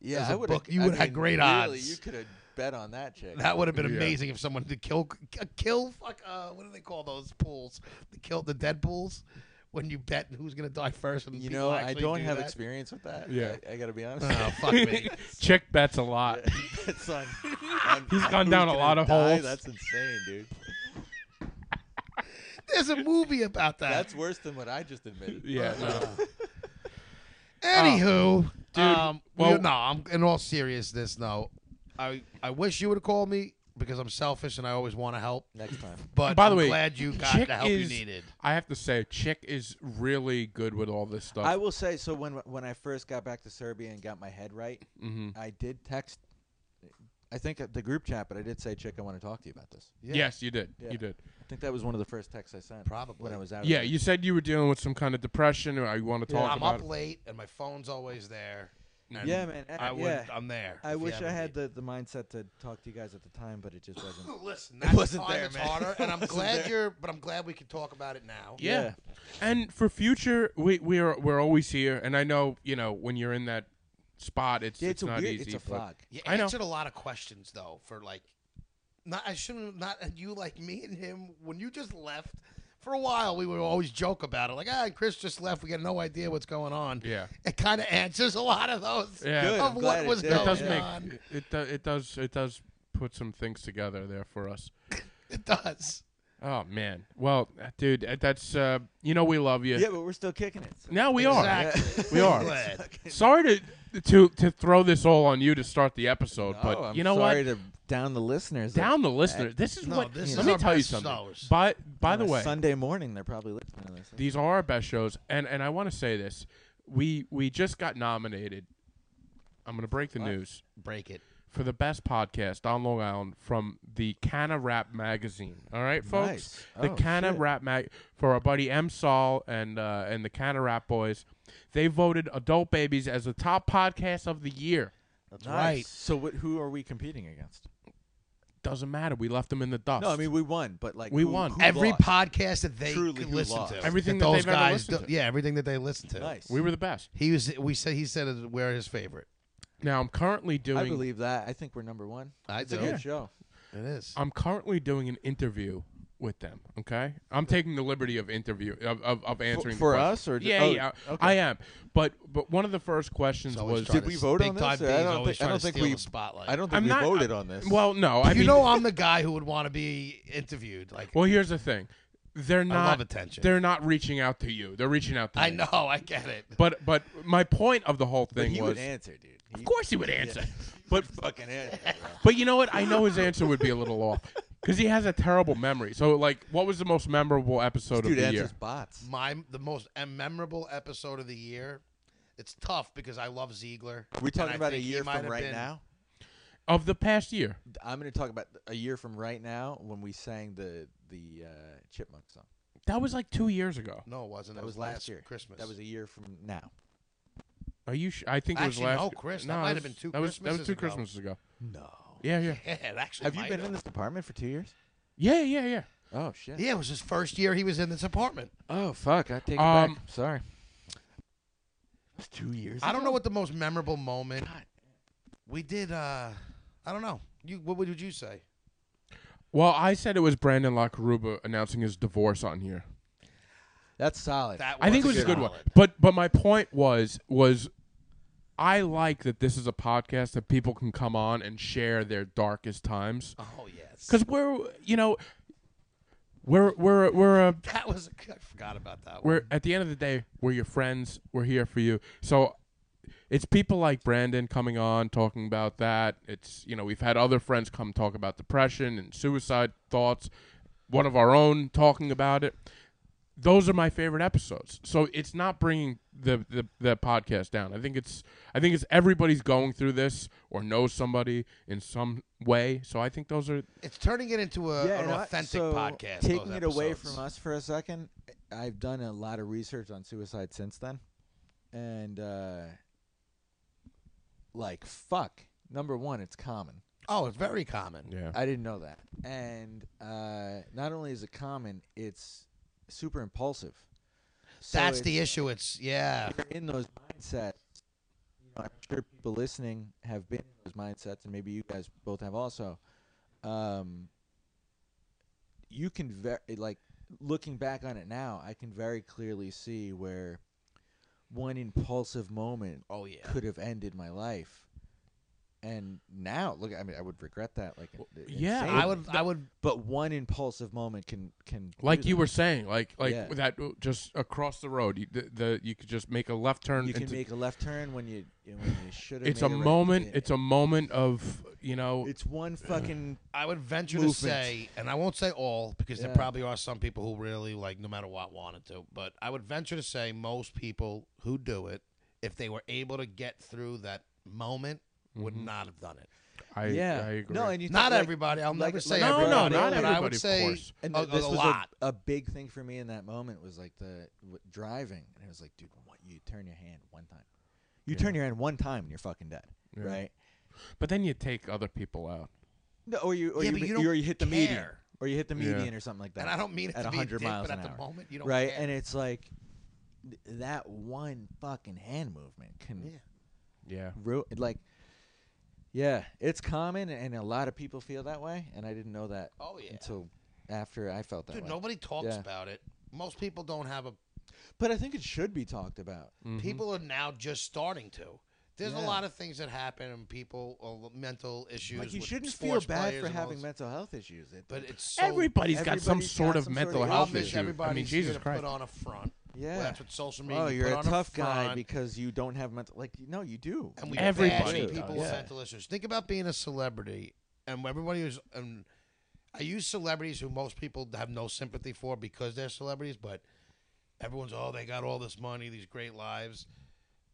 yeah,
as a
I would've-
book, you
I
would've had
mean,
great
really,
odds.
You could have bet on that
[LAUGHS]
chick.
That would have been
Yeah.
amazing if someone did kill k- kill fuck uh, what do they call those pools? The kill the dead pools when you bet who's gonna die first. And
you
people
know, I
actually
don't
do
have
that.
experience with that.
Yeah.
I, I gotta be honest.
Oh
[LAUGHS]
fuck me!
Chick bets a lot.
[LAUGHS] It's [LAUGHS] on- on
He's gone
who's
down a
gonna
lot of
die?
holes.
That's insane, dude.
There's a movie about that.
That's worse than what I just admitted.
Yeah. No.
Anywho,
Dude,
um, well,
well-
no, I'm in all seriousness. No, I I wish you would have called me because I'm selfish and I always want to help.
Next time.
But
By the
I'm
way,
glad you got
Chick
the help
is,
you needed.
I have to say, Chick is really good with all this stuff.
I will say so when when I first got back to Serbia and got my head right,
Mhm.
I did text I think at the group chat, but I did say, "Chick, I want to talk to you about this."
Yes, you did.
Yeah.
You did.
I think that was one of the first texts I sent.
Probably.
when I was out.
Yeah,
of
you said you were dealing with some kind of depression, or I want to talk
I'm
about
up late and my phone's always there.
there.
And
Yeah, man.
I
I,
would.
Uh, yeah.
I'm there. if
I
you
wish
ever
I had
need.
the, the mindset to talk to you guys at the time, but it just wasn't.
Listen, that
wasn't
time
there,
it's
man.
harder, [LAUGHS]
It
and I'm
wasn't
glad
there.
you're. But I'm glad we can talk about it now.
Yeah.
Yeah.
And for future, we we are we're always here, and I know you know when you're in that spot, it's
Yeah,
it's,
it's, a
not
weird.
easy.
it's a
but-
fog.
You
I know.
answered a lot of questions though for like not I shouldn't not and you like me and him when you just left for a while we would always joke about it like ah Chris just left we got no idea what's going on
Yeah.
it kind of answers a lot of those
Yeah. Good,
of
I'm
what
glad it
was
did.
That
That
going
does
does
on
make it do, it does it does put some things together there for us.
it does
Oh man, well, dude, uh, that's uh, you know we love you.
Yeah, but we're still kicking it. so-
Now we are.
Exactly.
We are.
I'm glad.
Sorry to to to throw this all on you to start the episode,
No,
but
oh, I'm
you know
sorry
what?
to down the listeners.
Down the listener. This is
No,
what.
this
let
is
me
our
tell you
best
something.
hours.
By by
on
the
a
way,
Sunday morning they're probably listening to this.
these are our best shows and and i want to say this we we just got nominated i'm gonna break the news
break it
for the best podcast on long island from the canna rap magazine all right folks
Nice.
the
Oh,
canna
shit.
rap mag for our buddy m Saul and uh and the canna rap boys they voted adult babies as the top podcast of the year
that's
Nice. So what, who are we competing against?
doesn't matter we left them in the dust
No, I mean we won, but like
We
who-
won.
who
right every
lost?
podcast that they
Truly,
could
who
listen
lost?
to
Everything that
those
they've ever
guys
listened
do-
to.
yeah everything that they listen to
Nice.
we were the best
he was we said he said it, we're his favorite
now i'm currently doing
I believe that. I think we're number one.
I
it's a
do.
good show.
it is
I'm currently doing an interview with them. Okay, I'm taking the liberty of interview of, of, of answering the
for
question.
us or ju-
yeah,
oh,
yeah,
okay.
I am. But but one of the first questions
He's always
was,
trying
Did we
to-
vote
big
on this?
time
I
B's
don't
always
think- I
trying
don't
to
think
steal
we-
the spotlight
I don't think
I'm
we
not
voted on this.
well, no, I
you
mean,
know I'm the guy who would want to be interviewed. Like
well, here's the thing, they're not
love attention.
They're not reaching out to you. They're reaching out to
I
me.
know, I get it.
But but my point of the whole
But
thing
he
was,
would answer, dude. He
of course he would answer. But
fucking answer. bro.
but you know what? I know his answer would be a little off because he has a terrible memory. So like, what was the most memorable episode
Dude
of the
answers
year?
bots.
My the most memorable episode of the year. It's tough because I love Ziegler.
We
and I
talking about a
think he
year
might
from
have
right
been-
now.
Of the past year.
I'm going to talk about a year from right now when we sang the the uh, chipmunk song.
That was like two years ago.
No, it wasn't.
That
it
was last year.
Christmas.
That was a year from now.
Are you? Sh- I think it was
Actually,
last.
no, Chris, that
it
might have
was-
been two
That was, that was
Christmases
two
ago.
Christmases ago.
No.
Yeah, yeah,
[LAUGHS] yeah, it actually.
Have you
might
been in
have.
this department for two years?
yeah, yeah, yeah.
Oh
[LAUGHS]
shit.
Yeah, it was his first year he was in this apartment.
Oh fuck. I take it
Um,
back. Sorry. It's two years.
I don't know
ago?
what the most memorable moment. We did. uh I don't know. You what would you say?
Well, I said it was Brandon LaCaruba announcing his divorce on here.
That's solid.
That
I think it was
was
a good one.
solid.
But but my point was was I like that this is a podcast that people can come on and share their darkest times.
Oh yes.
Because we're, you know, we're we're we're a
[LAUGHS] that was a, I forgot about that one.
we're at the end of the day, we're your friends. We're here for you. So it's people like Brandon coming on talking about that. It's you know we've had other friends come talk about depression and suicide thoughts. One of our own talking about it. Those are my favorite episodes. So it's not bringing the, the the podcast down. I think it's I think it's everybody's going through this or knows somebody in some way. So I think those are
It's turning it into a,
yeah,
an
and I-
authentic
so
podcast.
Taking
those
it away
episodes.
from us for a second, I've done a lot of research on suicide since then, and uh, like fuck, number one, it's common.
Oh, it's very common.
yeah.
I didn't know that, and uh, not only is it common, it's super impulsive. So
That's
it's-
the issue. It's yeah.
you're in those mindsets, you know, I'm sure people listening have been in those mindsets, and maybe you guys both have also. Um, you can very like looking back on it now, I can very clearly see where one impulsive moment
Oh yeah.
could have ended my life. And now, look, I mean, I would regret that. Like, in-
yeah,
insanely.
I would. I would.
But one impulsive moment can can do
like you
that.
were saying, like like
Yeah.
that uh, just across the road, you, the, the you could just make a left turn.
You can
into-
make a left turn when you when you should have.
it's a moment. It's a moment of you know.
It's one fucking.
I would venture
Movement.
to say, and I won't say all because there
Yeah.
probably are some people who really like, no matter what, wanted to. But I would venture to say most people who do it, if they were able to get through that moment, would not have done it.
I,
yeah.
I agree.
No, and Mm-hmm. you
Not
think, like,
everybody. I'll
like-
never say
no,
everybody,
no, not
but I
everybody,
would
of
say
course.
And
a,
th- this
a
was
lot.
A, a big thing for me in that moment was like the w- driving, and it was like, dude, what, you turn your hand one time, you turn your hand one time, and you're fucking dead,
Yeah.
right?
but then you take other people out.
No, or you or
Yeah,
you,
but
mi-
you don't
or you hit the median,
care.
or you hit the
Yeah.
median or something like that.
and I don't mean it
at
to be a
100
dick,
miles
but
an
at the
hour,
moment, you don't
right?
care.
And it's like th- that one fucking hand movement can
Yeah.
Yeah.
ru- like. Yeah, it's common, and a lot of people feel that way, and I didn't know that
Oh, yeah.
until after I felt that
Dude,
way.
nobody talks
Yeah. Mm-hmm.
about it. Most people don't have a.
But I think it should be talked about.
People are now just starting to. There's a
Yeah.
lot of things that happen, and people uh, mental issues.
Like you
with
shouldn't feel
sports
bad
players
for
and all
having
this-
mental health issues. It,
But it's so
Everybody's got some
everybody's
sort
got
of
some sort
mental
of
health
issue.
issue. I mean,
everybody's
Jesus
here to
Christ.
put on a front.
yeah.
Well, that's what social media.
oh,
you
you're
put
a
on
tough
front,
guy because you don't have mental. Like no, you do.
and we
Everybody
bash
does.
people with
Yeah.
mental issues. Think about being a celebrity, and everybody who's and I use celebrities who most people have no sympathy for because they're celebrities, but everyone's oh they got all this money, these great lives,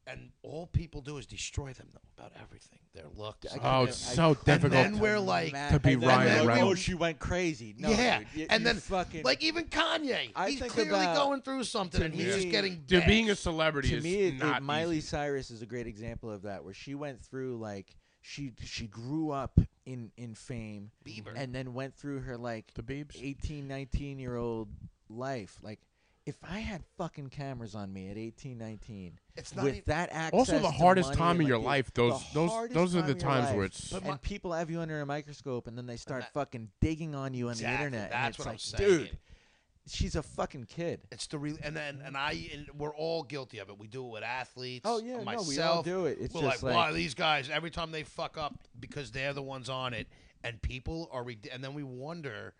and all people do is destroy them though, about everything, their look.
I
something.
can't-
Oh,
I-
it's so
I-
difficult.
then we're like-
Imagine-
To be
and then
Ryan
we're like,
Reynolds.
Oh, she went crazy. No,
yeah,
dude, you-
and
you
then
fucking
like even Kanye,
I
he's
think
clearly
about-
going through something,
to
and he's just
me-
getting
Dude, being a
bashed.
celebrity
to
is
me, it,
not
it, Miley
easy.
Cyrus is a great example of that, where she went through like she she grew up in in fame,
Bieber.
and then went through her like
The Biebs.
18, 19 year old life. Like, if I had fucking cameras on me at 18, 19,
It's not
with
e-
that access.
Also, the
to
hardest
money
time
and,
of your
like, the-
life. Those
the
those
hardest
those are
time
the
of your
times
life.
where it's.
But my-
and people have you under a microscope, and then they start fucking digging on you on
Exactly,
the internet. and
that's
it's
what I'm
like,
saying.
dude, she's a fucking kid.
It's the real, and then and I and we're all guilty of it. We do it with athletes.
Oh, yeah, no, we all
myself.
do it. It's
we're
just
like,
like-
wow, these guys every time they fuck up because they're the ones on it, and people are rid- and then we wonder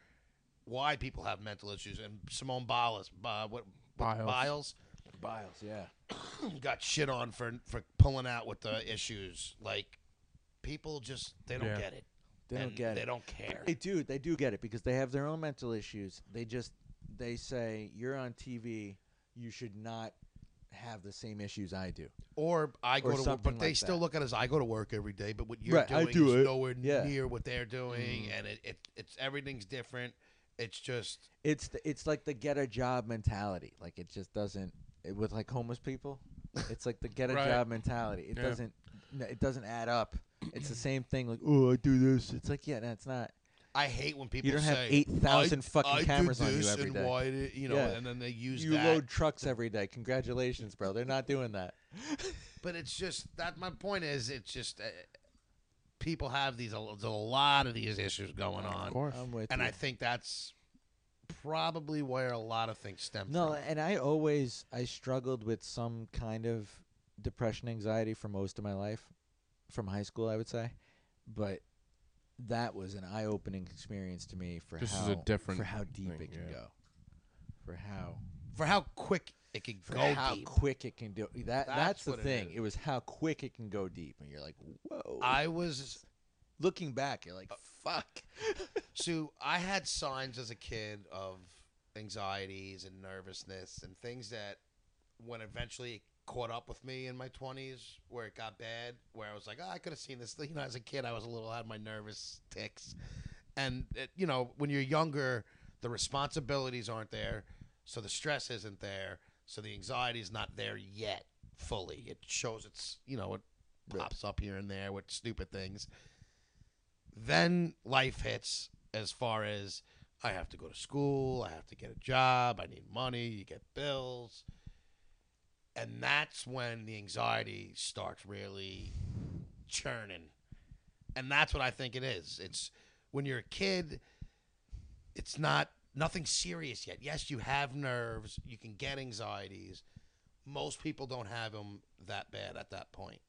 why people have mental issues. And Simone Biles, uh, what what-
Biles.
Biles, yeah.
Biles [CLEARS THROAT] got shit on for for pulling out with the issues. Like people just they don't
Yeah.
get it.
They don't
And
get it.
They don't care.
They do. They do get it because they have their own mental issues. They just they say you're on TV. You should not have the same issues I do.
Or I go
Or
to work,
something
but they
like
still
that.
look at us. I go to work every day, but what you're
Right, I
doing
do
is
it.
nowhere
Yeah. Mm.
near what they're doing, and it, it it's everything's different. It's just
It's the, it's like the get a job mentality. Like it just doesn't it- with like homeless people. It's like the get a
Right.
job mentality. It
Yeah.
doesn't n- it doesn't add up. It's the same thing. Like oh, I do this. It's like yeah, no, it's not.
I hate when people
don't have
say
8,000
"I-
fucking
I do
cameras on you
this
every
and
day."
Why did, you know,
Yeah.
and then they use
You
that.
load trucks every day. Congratulations, bro. They're not doing that.
But it's just that my point is, it's just uh, people have these. There's a lot of these issues going on,
um,
Of course.
I'm with
and
you.
I think that's probably where a lot of things stem
No, eh.
from.
and I always I struggled with some kind of depression, anxiety for most of my life, from high school, I would say, but that was an eye-opening experience to me for
This is
how
a different
for how deep
thing,
it can
yeah.
go, for how
for how quick it could
for
go
how
deep.
quick it can do. That that's,
That's
the
what it
thing.
is.
It, was how quick it can go deep, and you're like, whoa.
I Uh, was
Looking back, you're like,
[LAUGHS]
fuck.
So I had signs as a kid of anxieties and nervousness and things that when eventually it caught up with me in my 20s where it got bad where I was like, oh, I could have seen this. [LAUGHS] You know, as a kid, I was a little had my nervous ticks. And, it, you know, when you're younger, the responsibilities aren't there. So the stress isn't there. So the anxiety is not there yet fully. It shows it's, you know, it
Right.
pops up here and there with stupid things then life hits as far as I have to go to school, I have to get a job, I need money, you get bills. And that's when the anxiety starts really churning. And that's what I think it is. It's when you're a kid, it's not nothing serious yet. Yes, you have nerves, you can get anxieties. Most people don't have them that bad at that point.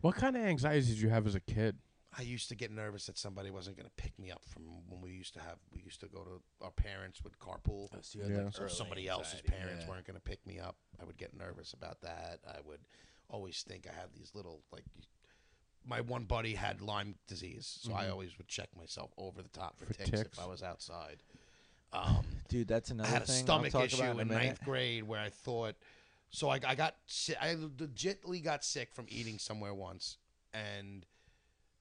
What kind of anxieties did you have as a kid?
I used to get nervous that somebody wasn't going to pick me up from when we used to have. We used to go to our parents would carpool.
Yeah.
Oh, So if somebody else's parents weren't going to pick me up, I would get nervous about that. I would always think I had these little like. My one buddy had Lyme disease, so I always would check myself over the top Mm-hmm. for,
For
ticks,
ticks.
if I was outside. Um,
Dude, that's another
I had a
thing.
stomach
I'll talk
issue
about in, a
in
minute.
ninth grade where I thought, so I, I got si I legitly got sick from eating somewhere once, and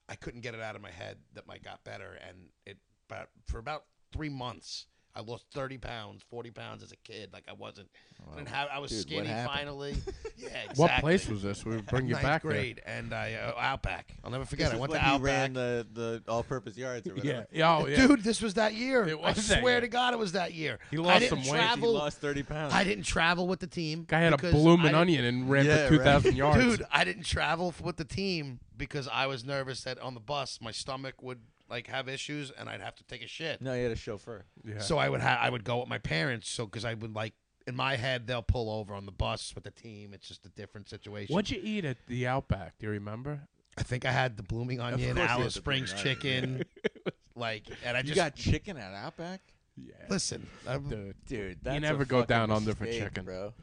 I couldn't get it out of my head that my got better, and it but for about three months I lost thirty pounds, forty pounds as a kid. Like I wasn't, I didn't have, I was
dude, what
skinny
happened? [LAUGHS]
finally. yeah, exactly.
What place was this? We bring you
ninth
back
grade? And I uh, Outback. I'll never forget.
This
I
is
went
when
to
he
Outback.
ran the, the all-purpose yards
[LAUGHS]
or
there.
whatever.
Yeah. Oh, yeah.
Dude, this was that year.
It was
I
that
swear
year.
to God, it was that year.
He
I
lost
didn't
some weight. He
He
travel-
lost 30 pounds.
I didn't travel with the team.
Guy had a
because I
bloomin'
didn't-
onion and ran
Yeah, right.
for 2,000 yards.
Dude, I didn't travel f- with the team because I was nervous that on the bus my stomach would like have issues and I'd have to take a shit.
no, he had a chauffeur.
Yeah.
So I would ha- I would go with my parents. So because I would like in my head they'll pull over on the bus with the team. It's just a different situation.
What'd you eat at the Outback? Do you remember?
I think I had the blooming onion,
course you had
Alice
the blooming
Springs
onion, [LAUGHS]
chicken, like, and I
You
just
got chicken at Outback?
Yeah.
listen. uh, I'm-
Dude.
Dude, that's a
never go
fucking
down under for
mistake,
chicken.
bro.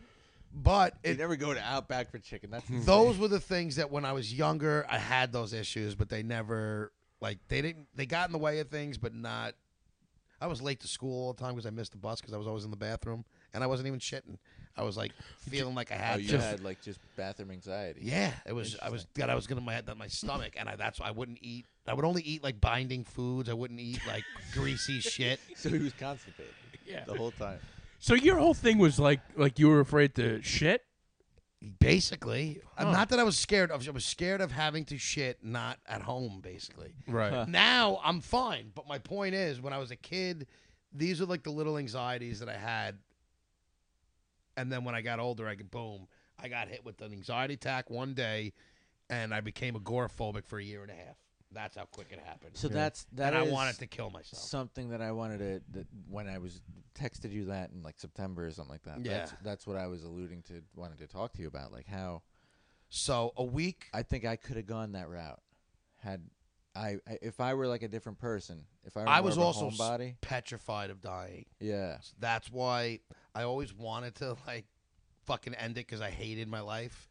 But
You
it,
never go to Outback for chicken. That's insane.
those were the things that when I was younger I had those issues, but they never like they didn't they got in the way of things, but not. I was late to school all the time because I missed the bus because I was always in the bathroom and I wasn't even shitting. I was like feeling like I
Oh,
had
you
just
had like just bathroom anxiety. [LAUGHS]
yeah. It was I was that I was gonna my that my stomach and I that's why I wouldn't eat. I would only eat like binding foods. I wouldn't eat like
[LAUGHS]
greasy shit.
So he was
[LAUGHS]
constipated
Yeah.
the whole time.
So your whole thing was like like you were afraid to shit?
Basically,
Huh.
not that I was scared of. I was scared of having to shit not at home. Basically.
Right.
now I'm fine. But my point is, when I was a kid, these are like the little anxieties that I had. And then when I got older, I could boom, I got hit with an anxiety attack one day, and I became agoraphobic for a year and a half. That's how quick it happened.
So
Yeah.
that's that
and I
is
wanted to kill myself.
something that I wanted to that when I was texted you that in like September or something like that. That's
Yeah.
that's what I was alluding to wanted to talk to you about like how
So a week,
I think I could have gone that route had I, I if I were like a different person, if I were
I
more
was
of a
also s-
homebody.
petrified of dying.
Yeah.
So that's why I always wanted to like fucking end it because I hated my life,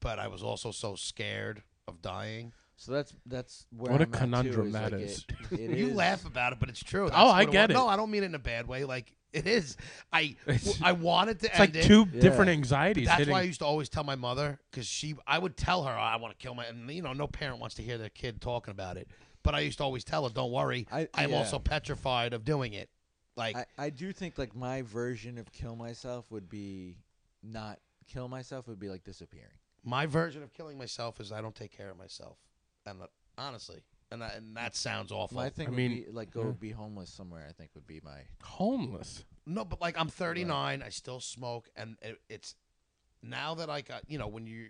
but I was also so scared of dying.
So that's that's where
What a
I'm at, too,
conundrum
is,
that
like,
is.
It, [LAUGHS] it
you
is-
laugh about it, but it's true. That's
Oh, I
what
get
was. No,
it.
I don't mean it in a bad way. Like it is. I
[LAUGHS] It's-
I wanted to
It's
end
like
it.
two
Yeah.
different anxieties
That's
hitting.
why I used to always tell my mother because she, I would tell her I want to kill my, and you know, no parent wants to hear their kid talking about it. But I used to always tell her, "Don't worry,
I-
I am
yeah.
also petrified of doing it." Like
I, I do think like my version of kill myself would be not kill myself would be like disappearing.
my version of killing myself is I don't take care of myself, and uh, honestly, and I, and that sounds awful.
My thing
I
would
mean-
be like go
yeah.
be homeless somewhere. I think would be my
Homeless.
No, but like I'm 39, I still smoke, and it, it's now that I got you know when you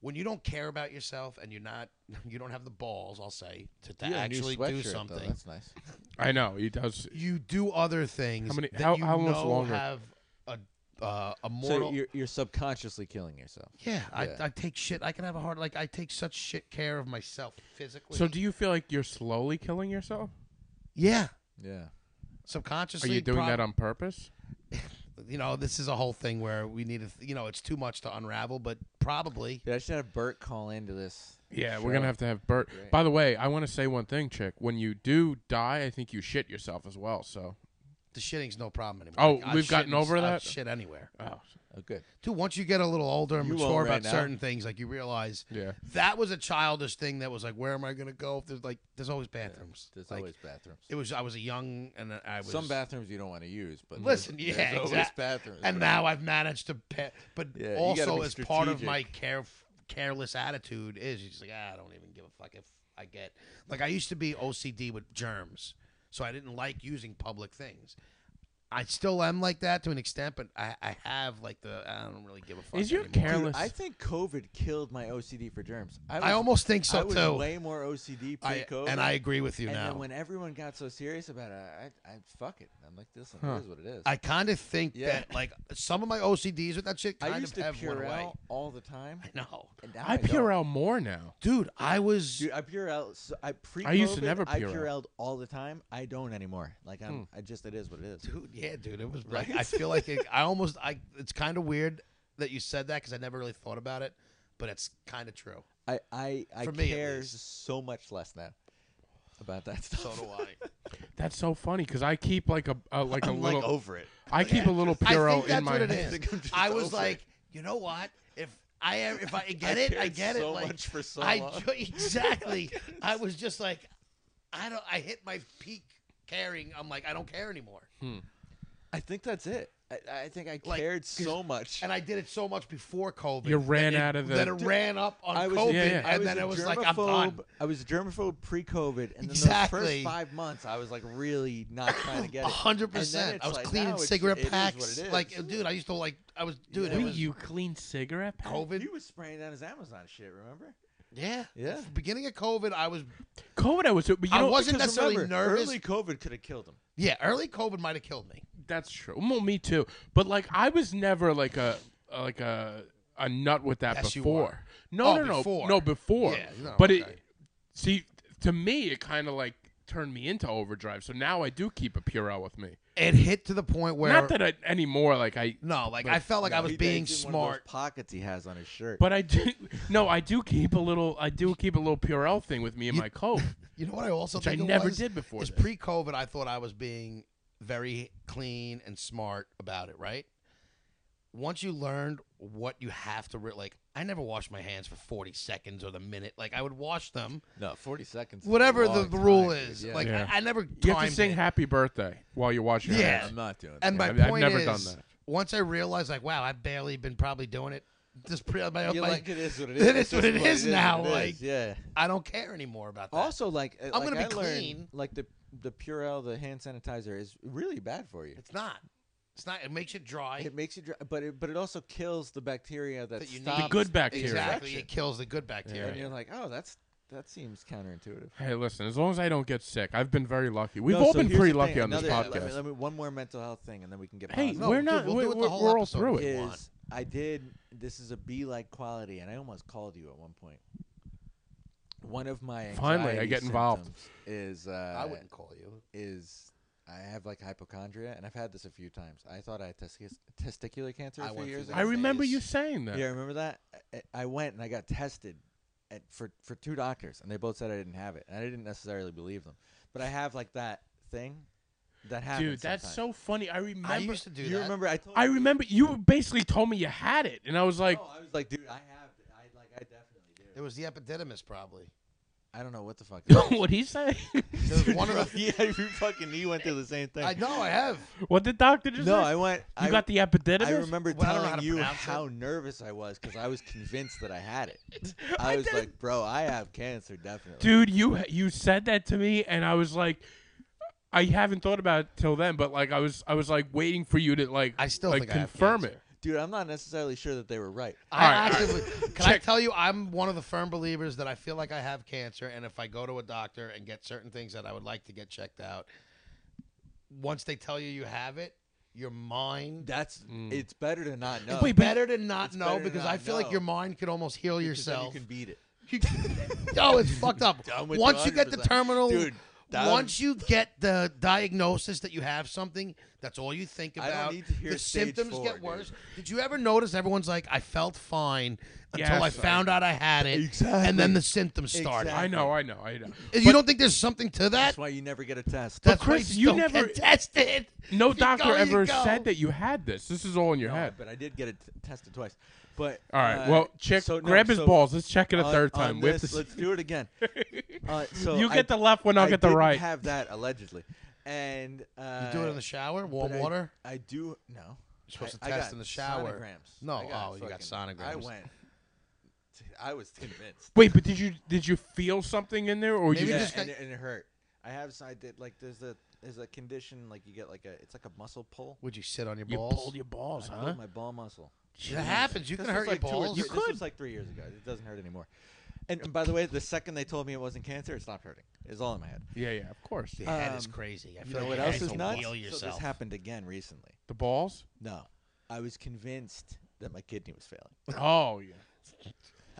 when you don't care about yourself and you're not [LAUGHS] you don't have the balls, I'll say, to, to actually do something.
That's nice.
I know. He does.
you do other things
How many-
that
how-
you
how much
know
longer?
have a uh, a
So
mortal.
you're, you're subconsciously killing yourself.
yeah,
Yeah.
I, I take shit. I can have a heart. Like I take such shit care of myself physically.
So do you feel like you're slowly killing yourself?
yeah,
Yeah.
Are
subconsciously.
you doing
prob-
that on purpose?
you know, this is a whole thing where we need to. th- You know, it's too much to unravel, but probably.
Dude, I should have Bert call into this.
Yeah, we're gonna
show.
have to have Bert.
Right.
By the way, I want to say one thing, chick. When you do die, I think you shit yourself as well. So
The shitting's no problem anymore.
Oh,
Like, I
we've
shit
gotten
and-
over
I
that?
Shit anywhere,
Oh,
Oh, good.
dude. Once you get a little older and
You
mature
won't right
about
now.
certain things, like you realize
yeah.
that was a childish thing. That was like, where am I gonna go? If there's like, there's always bathrooms.
There's
Like,
always bathrooms.
It was I was a young and I was
Some bathrooms you don't want to use, but
Listen,
there's,
yeah,
there's always
exact-
bathrooms.
and now I've managed to pet, but
Yeah, you gotta
also
be
as part of
strategic.
my care careless attitude is you're just like "Ah, I don't even give a fuck if I get like I used to be OCD with germs, so I didn't like using public things. I still am like that to an extent, but I, I have like the "Ah, I don't really give a fuck.
Is your
anymore.
Dude,
careless?
I think COVID killed my OCD for germs. I, was,
I almost think so
I was
too.
way more OCD
I-
pre-COVID.
and I agree with you
and
now.
then when everyone got so serious about it, I, I, I fuck it. I'm like, listen,
Huh.
it is what it is.
I kind of think
Yeah.
that like some of my OCDs with that shit kind
I used
of
to
have went away.
Purell all the time.
I know,
And now I,
I
don't.
Purell more now.
dude. I was
Dude, I Purell. So I pre.
used to never
I
Purell.
Purelled all the time. I don't anymore. Like I'm. I just it is what it is.
Hmm. Dude, yeah, dude, it was like I feel like
[LAUGHS]
it, I almost I. It's kind of weird that you said that because I never really thought about it, but it's kind of true.
I I I
For me, at
care
least.
so much less now about that stuff.
So do I.
That's so funny because I keep like a, a like a
[LAUGHS] I'm
little.
like over
[LAUGHS]
it.
I keep a little Purell
I think that's
in my.
what it
hand.
is.
think [LAUGHS] I'm just
I was
over
like,
it.
you know what? If I am, if I
[LAUGHS] I
get it, I
cared
get
so
it. Like,
much for so
I
long. [LAUGHS]
ju- exactly. I was just like, I don't. I hit my peak caring. I'm like, I don't care anymore.
I think that's it. I, I think I
Like,
cared so much.
And I did it so much before COVID.
You ran
that it-
out of the-
That it ran up on
I was,
COVID,
Yeah, yeah.
and
I was
then
a
it was like, I'm done.
germaphobe- I was a germaphobe pre-COVID, and then those
Exactly.
first five months, I was like really not
[LAUGHS]
trying to get it.
A hundred
And then
percent.
it's
I was
like, now
cleaning
it's-
cigarette
it is what
packs.
it
Like,
is.
dude, I used to like. I was, dude.
Yeah.
It
Wait,
was
you clean cigarette? pack?
COVID.
He was spraying down his Amazon shit. Remember?
Yeah,
Yeah.
Beginning of COVID, I was.
COVID, I was. But you
I
know,
wasn't
because
necessarily
remember-
nervous.
Early COVID could have killed him.
yeah, early COVID might have killed me.
That's true. Well, me too. But like, I was never like a like a a nut with that
Yes, you
before.
were.
No,
Oh,
no, no,
before.
no, before.
Yeah, no,
but
okay.
it see to me, it kind of like turned me into overdrive. So now I do keep a Purell with me.
It hit to the point where
Not that I, anymore. Like I,
no, like I felt like I was
He
being
digs in one of those
smart.
pockets he has on his shirt.
but I do. [LAUGHS] No, I do keep a little. I do keep a little Purell thing with me in my
[LAUGHS]
coat.
You know what I also
Which I
think it
never
was?
did before
Is
this.
pre-COVID, I thought I was being very clean and smart about it. Right. Once you learned what you have to, re- like, I never washed my hands for forty seconds or the minute. Like, I would wash them.
no, forty seconds. is a
whatever the
long time,
rule
dude.
is.
Yeah.
Like
Yeah.
I, I never
You
timed
have to sing
it.
"Happy Birthday" while you're washing your
Yeah.
hands.
I'm not doing.
and
that.
my
I've- I've
point
never
is,
done that.
once I realized, like, wow, I've barely been probably doing it. This pre- my, my, [LAUGHS]
You're like it is what it is.
it is
It's
what
just
it is
what
now,
it is.
like-
yeah.
I don't care anymore about that.
Also, like I'm
gonna be
I learned,
clean.
Like the the Purell, the hand sanitizer is really bad for you.
it's not. It's not. It makes it dry.
It makes you, dry, but it but it also kills the bacteria that,
That you need. The
stops
good bacteria.
exactly. It
infection.
kills the good
And
bacteria.
you're like, oh, that's that seems counterintuitive.
Hey, listen. As long as I don't get sick, I've been very lucky. We've
No,
all
so
been
here's
pretty
the
lucky
thing,
on this
another-
podcast.
Let me, let me, one more mental health thing, and then we can get.
Hey,
positive.
No,
we're
dude,
not.
we'll do
we're
it the
we're,
whole
we're all
episode.
through it.
Yeah.
is
want.
I did. This is a be like quality, and I almost called you at one point. One of my
Finally, I
anxiety
get involved.
symptoms Is uh,
I wouldn't call you.
is I have like hypochondria, and I've had this a few times. I thought I had testis- testicular cancer
I
a few
went through
years
that.
ago.
I remember
days.
you saying that.
Yeah, remember that? I- I, I went and I got tested at, for for two doctors, and they both said I didn't have it, and I didn't necessarily believe them. But I have like that thing that happens.
Dude, that's
sometimes.
so funny. I remember.
I used to do
You
that.
remember? I told
I
you-
remember you basically told me you had it, and I was like,
No, I was like, dude, I have. it. I like, I definitely
It
do.
was the epididymis, probably.
I don't know what
[LAUGHS]
the fuck.
"What he say?
There was one of the.
[LAUGHS] yeah, you fucking. You went through the same thing.
I know. I have.
what did doctor just
no,
say?
I went.
you
I,
got the epidemic.
I remember
Well, I don't know
telling
how to
you
pronounce it.
how nervous I was because I was convinced that I had it.
I
I was
didn't-
like, bro, I have cancer definitely.
dude. You you said that to me, and I was like, I haven't thought about it till then, but like I was I was like waiting for you to like
I still
like
think I have
confirm
cancer.
it.
Dude, I'm not necessarily sure that they were right.
I
All right, all
actively.
[LAUGHS]
Can I
Check.
tell you, I'm one of the firm believers that I feel like I have cancer, and if I go to a doctor and get certain things that I would like to get checked out, once they tell you you have it, your mind.
That's
Mm.
it's better to not know.
It's better to not
it's
know
better to
because
not
I feel like
know.
your mind could almost heal
because then
yourself.
You can beat it.
[LAUGHS] no, oh, it's fucked up.
I'm with
Once you get the
100%.
terminal,
Dude, that-
once you get the diagnosis that you have something, that's all you think
I
about.
don't need to hear
the
stage
symptoms
four,
get
dude.
worse. Did you ever notice everyone's like, I felt fine until
Yes,
I
I-
found out I had it, and then the symptoms started.
I know, I know, I know.
And
But
You don't think there's something to that?
That's why you never get a test.
That's
Chris,
why
you
you, don't
never-
get tested.
[LAUGHS]
no
If you
doctor
go, you
ever
go.
said that you had this. This is all in your
No,
head.
but I did get it t- tested twice. But
All right,
uh,
well, check,
so- no,
grab his
so
balls. Let's check it a
on-
third
on
time. We have
this,
to
let's do
[LAUGHS]
it again. Uh, so
You
I-
get the left one, I'll
I
get the
didn't
right.
Have that allegedly, and uh,
You do it in the shower, warm
but I-
water.
I, do no.
You're supposed
I-
to
I
test
got
in the shower.
sonograms.
No,
I got
oh, you got
fucking- I
sonograms.
went. I was
[LAUGHS]
convinced.
Wait, but did you did you feel something in there, or
Maybe
you
yeah,
just got-
and, it- and it hurt. I have. s- I did like there's a there's a condition like you get like a it's like a muscle pull.
Would you sit on your
you
balls?
pulled your balls,
I
huh?
pulled my ball muscle.
It happens. You
This
can hurt
was like
your
two or
balls.
three- This was like three years ago. It doesn't hurt anymore. And, and by the way, the second they told me it wasn't cancer, it stopped hurting. It's all in my head.
Yeah, yeah, of course.
The head is
Um,
crazy. I
You
feel
know
like
what
you
else
had
is
to
nuts?
Heal
So this
yourself.
happened again recently.
The balls.
No, I was convinced that my kidney was failing.
Oh yeah.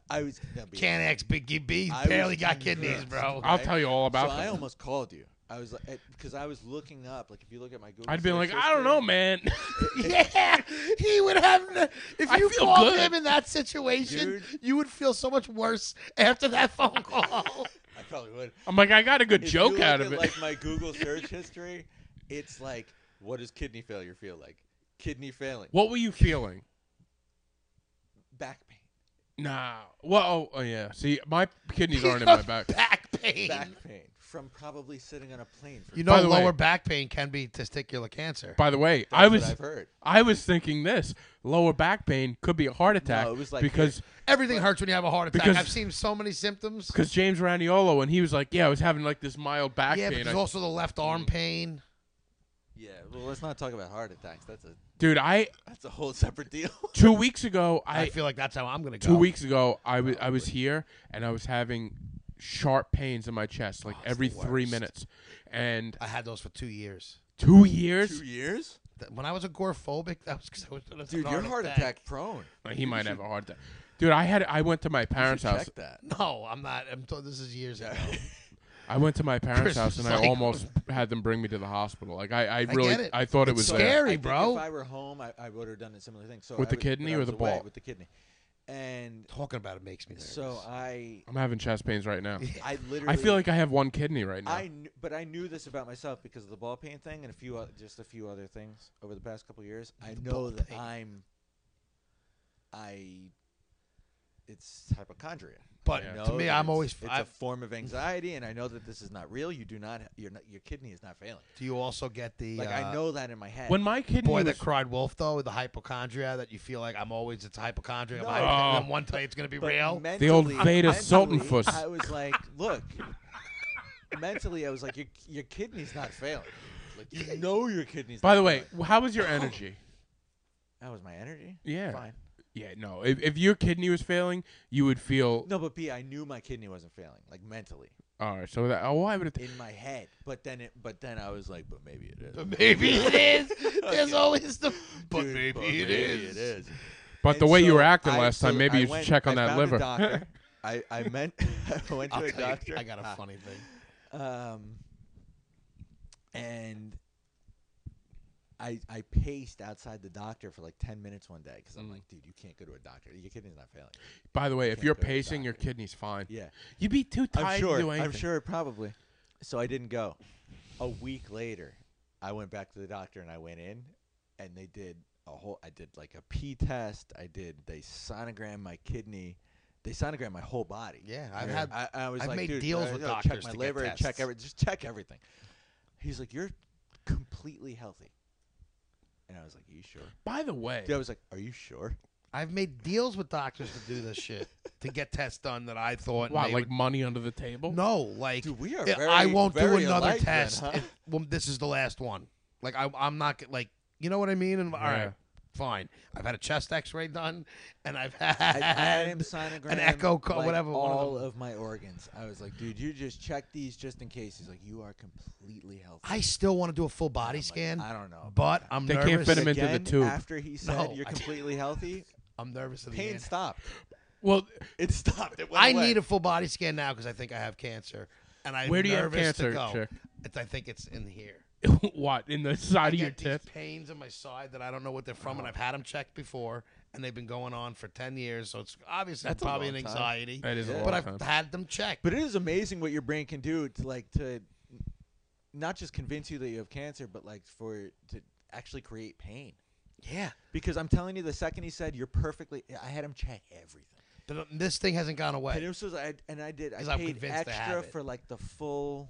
I was no, be-
Can't ask Biggie B.
I was
Barely got kidneys,
convinced,
bro.
I'll
right?
tell you all about
So I
that.
almost called you. I was like, because I was looking up. Like, if you look at my Google,
I'd been
search
like, I don't
history-
know, man.
[LAUGHS]
[LAUGHS]
yeah, he would have. n- If
I
you
feel
called
good.
him in that situation,
Dude.
you would feel so much worse after that
[LAUGHS]
phone call.
I probably would.
I'm like, I got a good
If you
joke
look
out
at,
of it.
Like
[LAUGHS]
my Google search history, it's like, what does kidney failure feel like? Kidney failing,
what were you feeling?
back pain,
Nah. Well, oh, oh, yeah. See, my kidneys aren't
[LAUGHS]
in my back.
back pain.
back pain from probably sitting on a plane. For
You
By
know,
the way-
lower back pain can be testicular cancer.
By the way, I
That's what
was
I've heard.
I was thinking this lower back pain could be a heart attack
it was like
because
Everything hurts when you have a heart attack.
Because-
I've seen so many symptoms.
because James Raniolo and he was like, yeah, I was having like this mild back
Yeah, but
pain.
there's
I- Mm.
also the left arm pain.
Yeah, well, let's not talk about heart attacks. That's a
dude, I
that's a whole separate deal. [LAUGHS]
two weeks ago
I,
I
feel like that's how I'm gonna go.
two weeks ago I was I was here and I was having sharp pains in my chest like every
Oh, the
three
worst.
minutes, and
I had those for two years.
two years.
years,
Th- When I was agoraphobic, that was because I was. that's an
dude. You're heart attack prone.
he might have a heart attack. Dude, I had I went to my parents'
Check
house.
that.
No, I'm not. I'm. T- this is years ago.
I went to my parents'
Chris
house
was
and I
like-
almost had them bring me to the hospital. Like I, I really,
get it.
I thought it
It's
was
scary.
there.
I think
bro.
If I were home, I, I would have done a similar thing. So
With
I
the
would-
kidney
but I
or
was
the
away
ball?
With the kidney, and
Talking about it makes me nervous.
so
[LAUGHS]
uh, I,
I'm having chest pains right now.
I literally,
I feel like I have one kidney right now.
I, kn- but I knew this about myself because of the ball pain thing and a few, oth- just a few other things over the past couple years. I know
ball
that
pain.
I'm, I, it's hypochondria.
But
I
Yeah.
know
to me,
that
I'm
it's-
always.
it's
I-
a form of anxiety, and I know that this is not real. You do not, you're not, your kidney is not failing.
do you also get the
Like
uh,
I know that in my head.
when my kidney
boy
was,
that cried wolf though with the hypochondria that you feel like I'm always it's hypochondria. I'm
No.
hypochondria, and then one day it's gonna be
But
real.
The old
mentally-
Veda
mentally,
Sultan Fuss.
I was like, look, mentally, I was like, your your kidney's not failing. Like you know your kidney's.
by
not
the way,
failing.
how
[COUGHS]
was your energy?
that was my energy.
Yeah.
fine.
Yeah, no. If, if your kidney was failing, you would feel.
No, but B, I knew my kidney wasn't failing, like mentally
All right, so that. Oh, why would it?
in my head. But then it, but then I was like, but maybe it is.
[LAUGHS] maybe
[LAUGHS]
it is. There's always the. But
Dude,
maybe
but
it
maybe
is.
It is.
But the
And
way you
so
were acting
I-
last
so
time, maybe
I
you should
went-
check on
I
that
found a
liver. [LAUGHS]
doctor. I, I meant [LAUGHS] I went to
I'll
a
tell you,
doctor.
I got a
Ah. [LAUGHS]
funny thing.
Um, and I I paced outside the doctor for like ten minutes one day because I'm like, dude, you can't go to a doctor. Your kidney's not failing.
By the way, if you're
go to the
pacing, your kidney's fine.
Yeah,
You'd be too tired
I'm
to do
sure.
anything.
I'm sure probably. So I didn't go. A week later, I went back to the doctor and I went in, and they did a whole. I did like a pee test. I did. They sonogrammed my kidney. They sonogrammed my whole body.
Yeah, I've
And
had-
I, I was
I've
like,
made
dude,
deals
uh,
with
you know,
doctors
Check my
to get
liver. Check
tests.
every. Just check everything. He's like, you're completely healthy. And I was like, "You sure?"
By the way,
Dude, I was like, "Are you sure?"
I've made deals with doctors to do this shit to get tests done that I thought.
wow,
they
like
would-
money under the table.
no, like
Dude, we are
I-
very-
I won't do
very
another
alike then,
test.
huh?
if- well, this is the last one. Like I, I'm not g- like you know what I mean. And all
Yeah.
right, fine. I've had a chest X-ray done, and I've [LAUGHS]
I, I had
had
him sign a
an echo, co-
like,
whatever. One
all
of them.
of, my organs. I was like, dude, you just check these just in case. He's like, you are completely healthy.
I still want to do a full body
I'm like,
scan,
I don't know. about
but
that."
I'm
They can't
nervous.
fit 'em in- into the
Again,
tube.
After he said
No,
you're
I-
completely healthy,
I'm nervous. Of [LAUGHS] the
pain
end.
stopped.
Well, [LAUGHS]
It [LAUGHS] stopped. It went
I
away.
need a full body scan now because I think I have cancer, and I'm
Where do you have
nervous
cancer,
to go.
chick?
It's, I think it's in here.
what in the side
I
of your
get these
tits?
pains in my side that I don't know what they're from, and I've had them checked before, and they've been going on for ten years. So it's obviously
That's a
probably an
long time.
anxiety.
That is a
but
long
I've
time.
had them checked.
But it is amazing what your brain can do to like to not just convince you that you have cancer, but like for it to actually create pain.
yeah,
Because I'm telling you, the second he said you're perfectly, I had him check everything.
Th- this thing hasn't gone
And it
away.
was just- I and I did.
Because
I
I'm
paid
convinced they have
extra
it.
for like the full,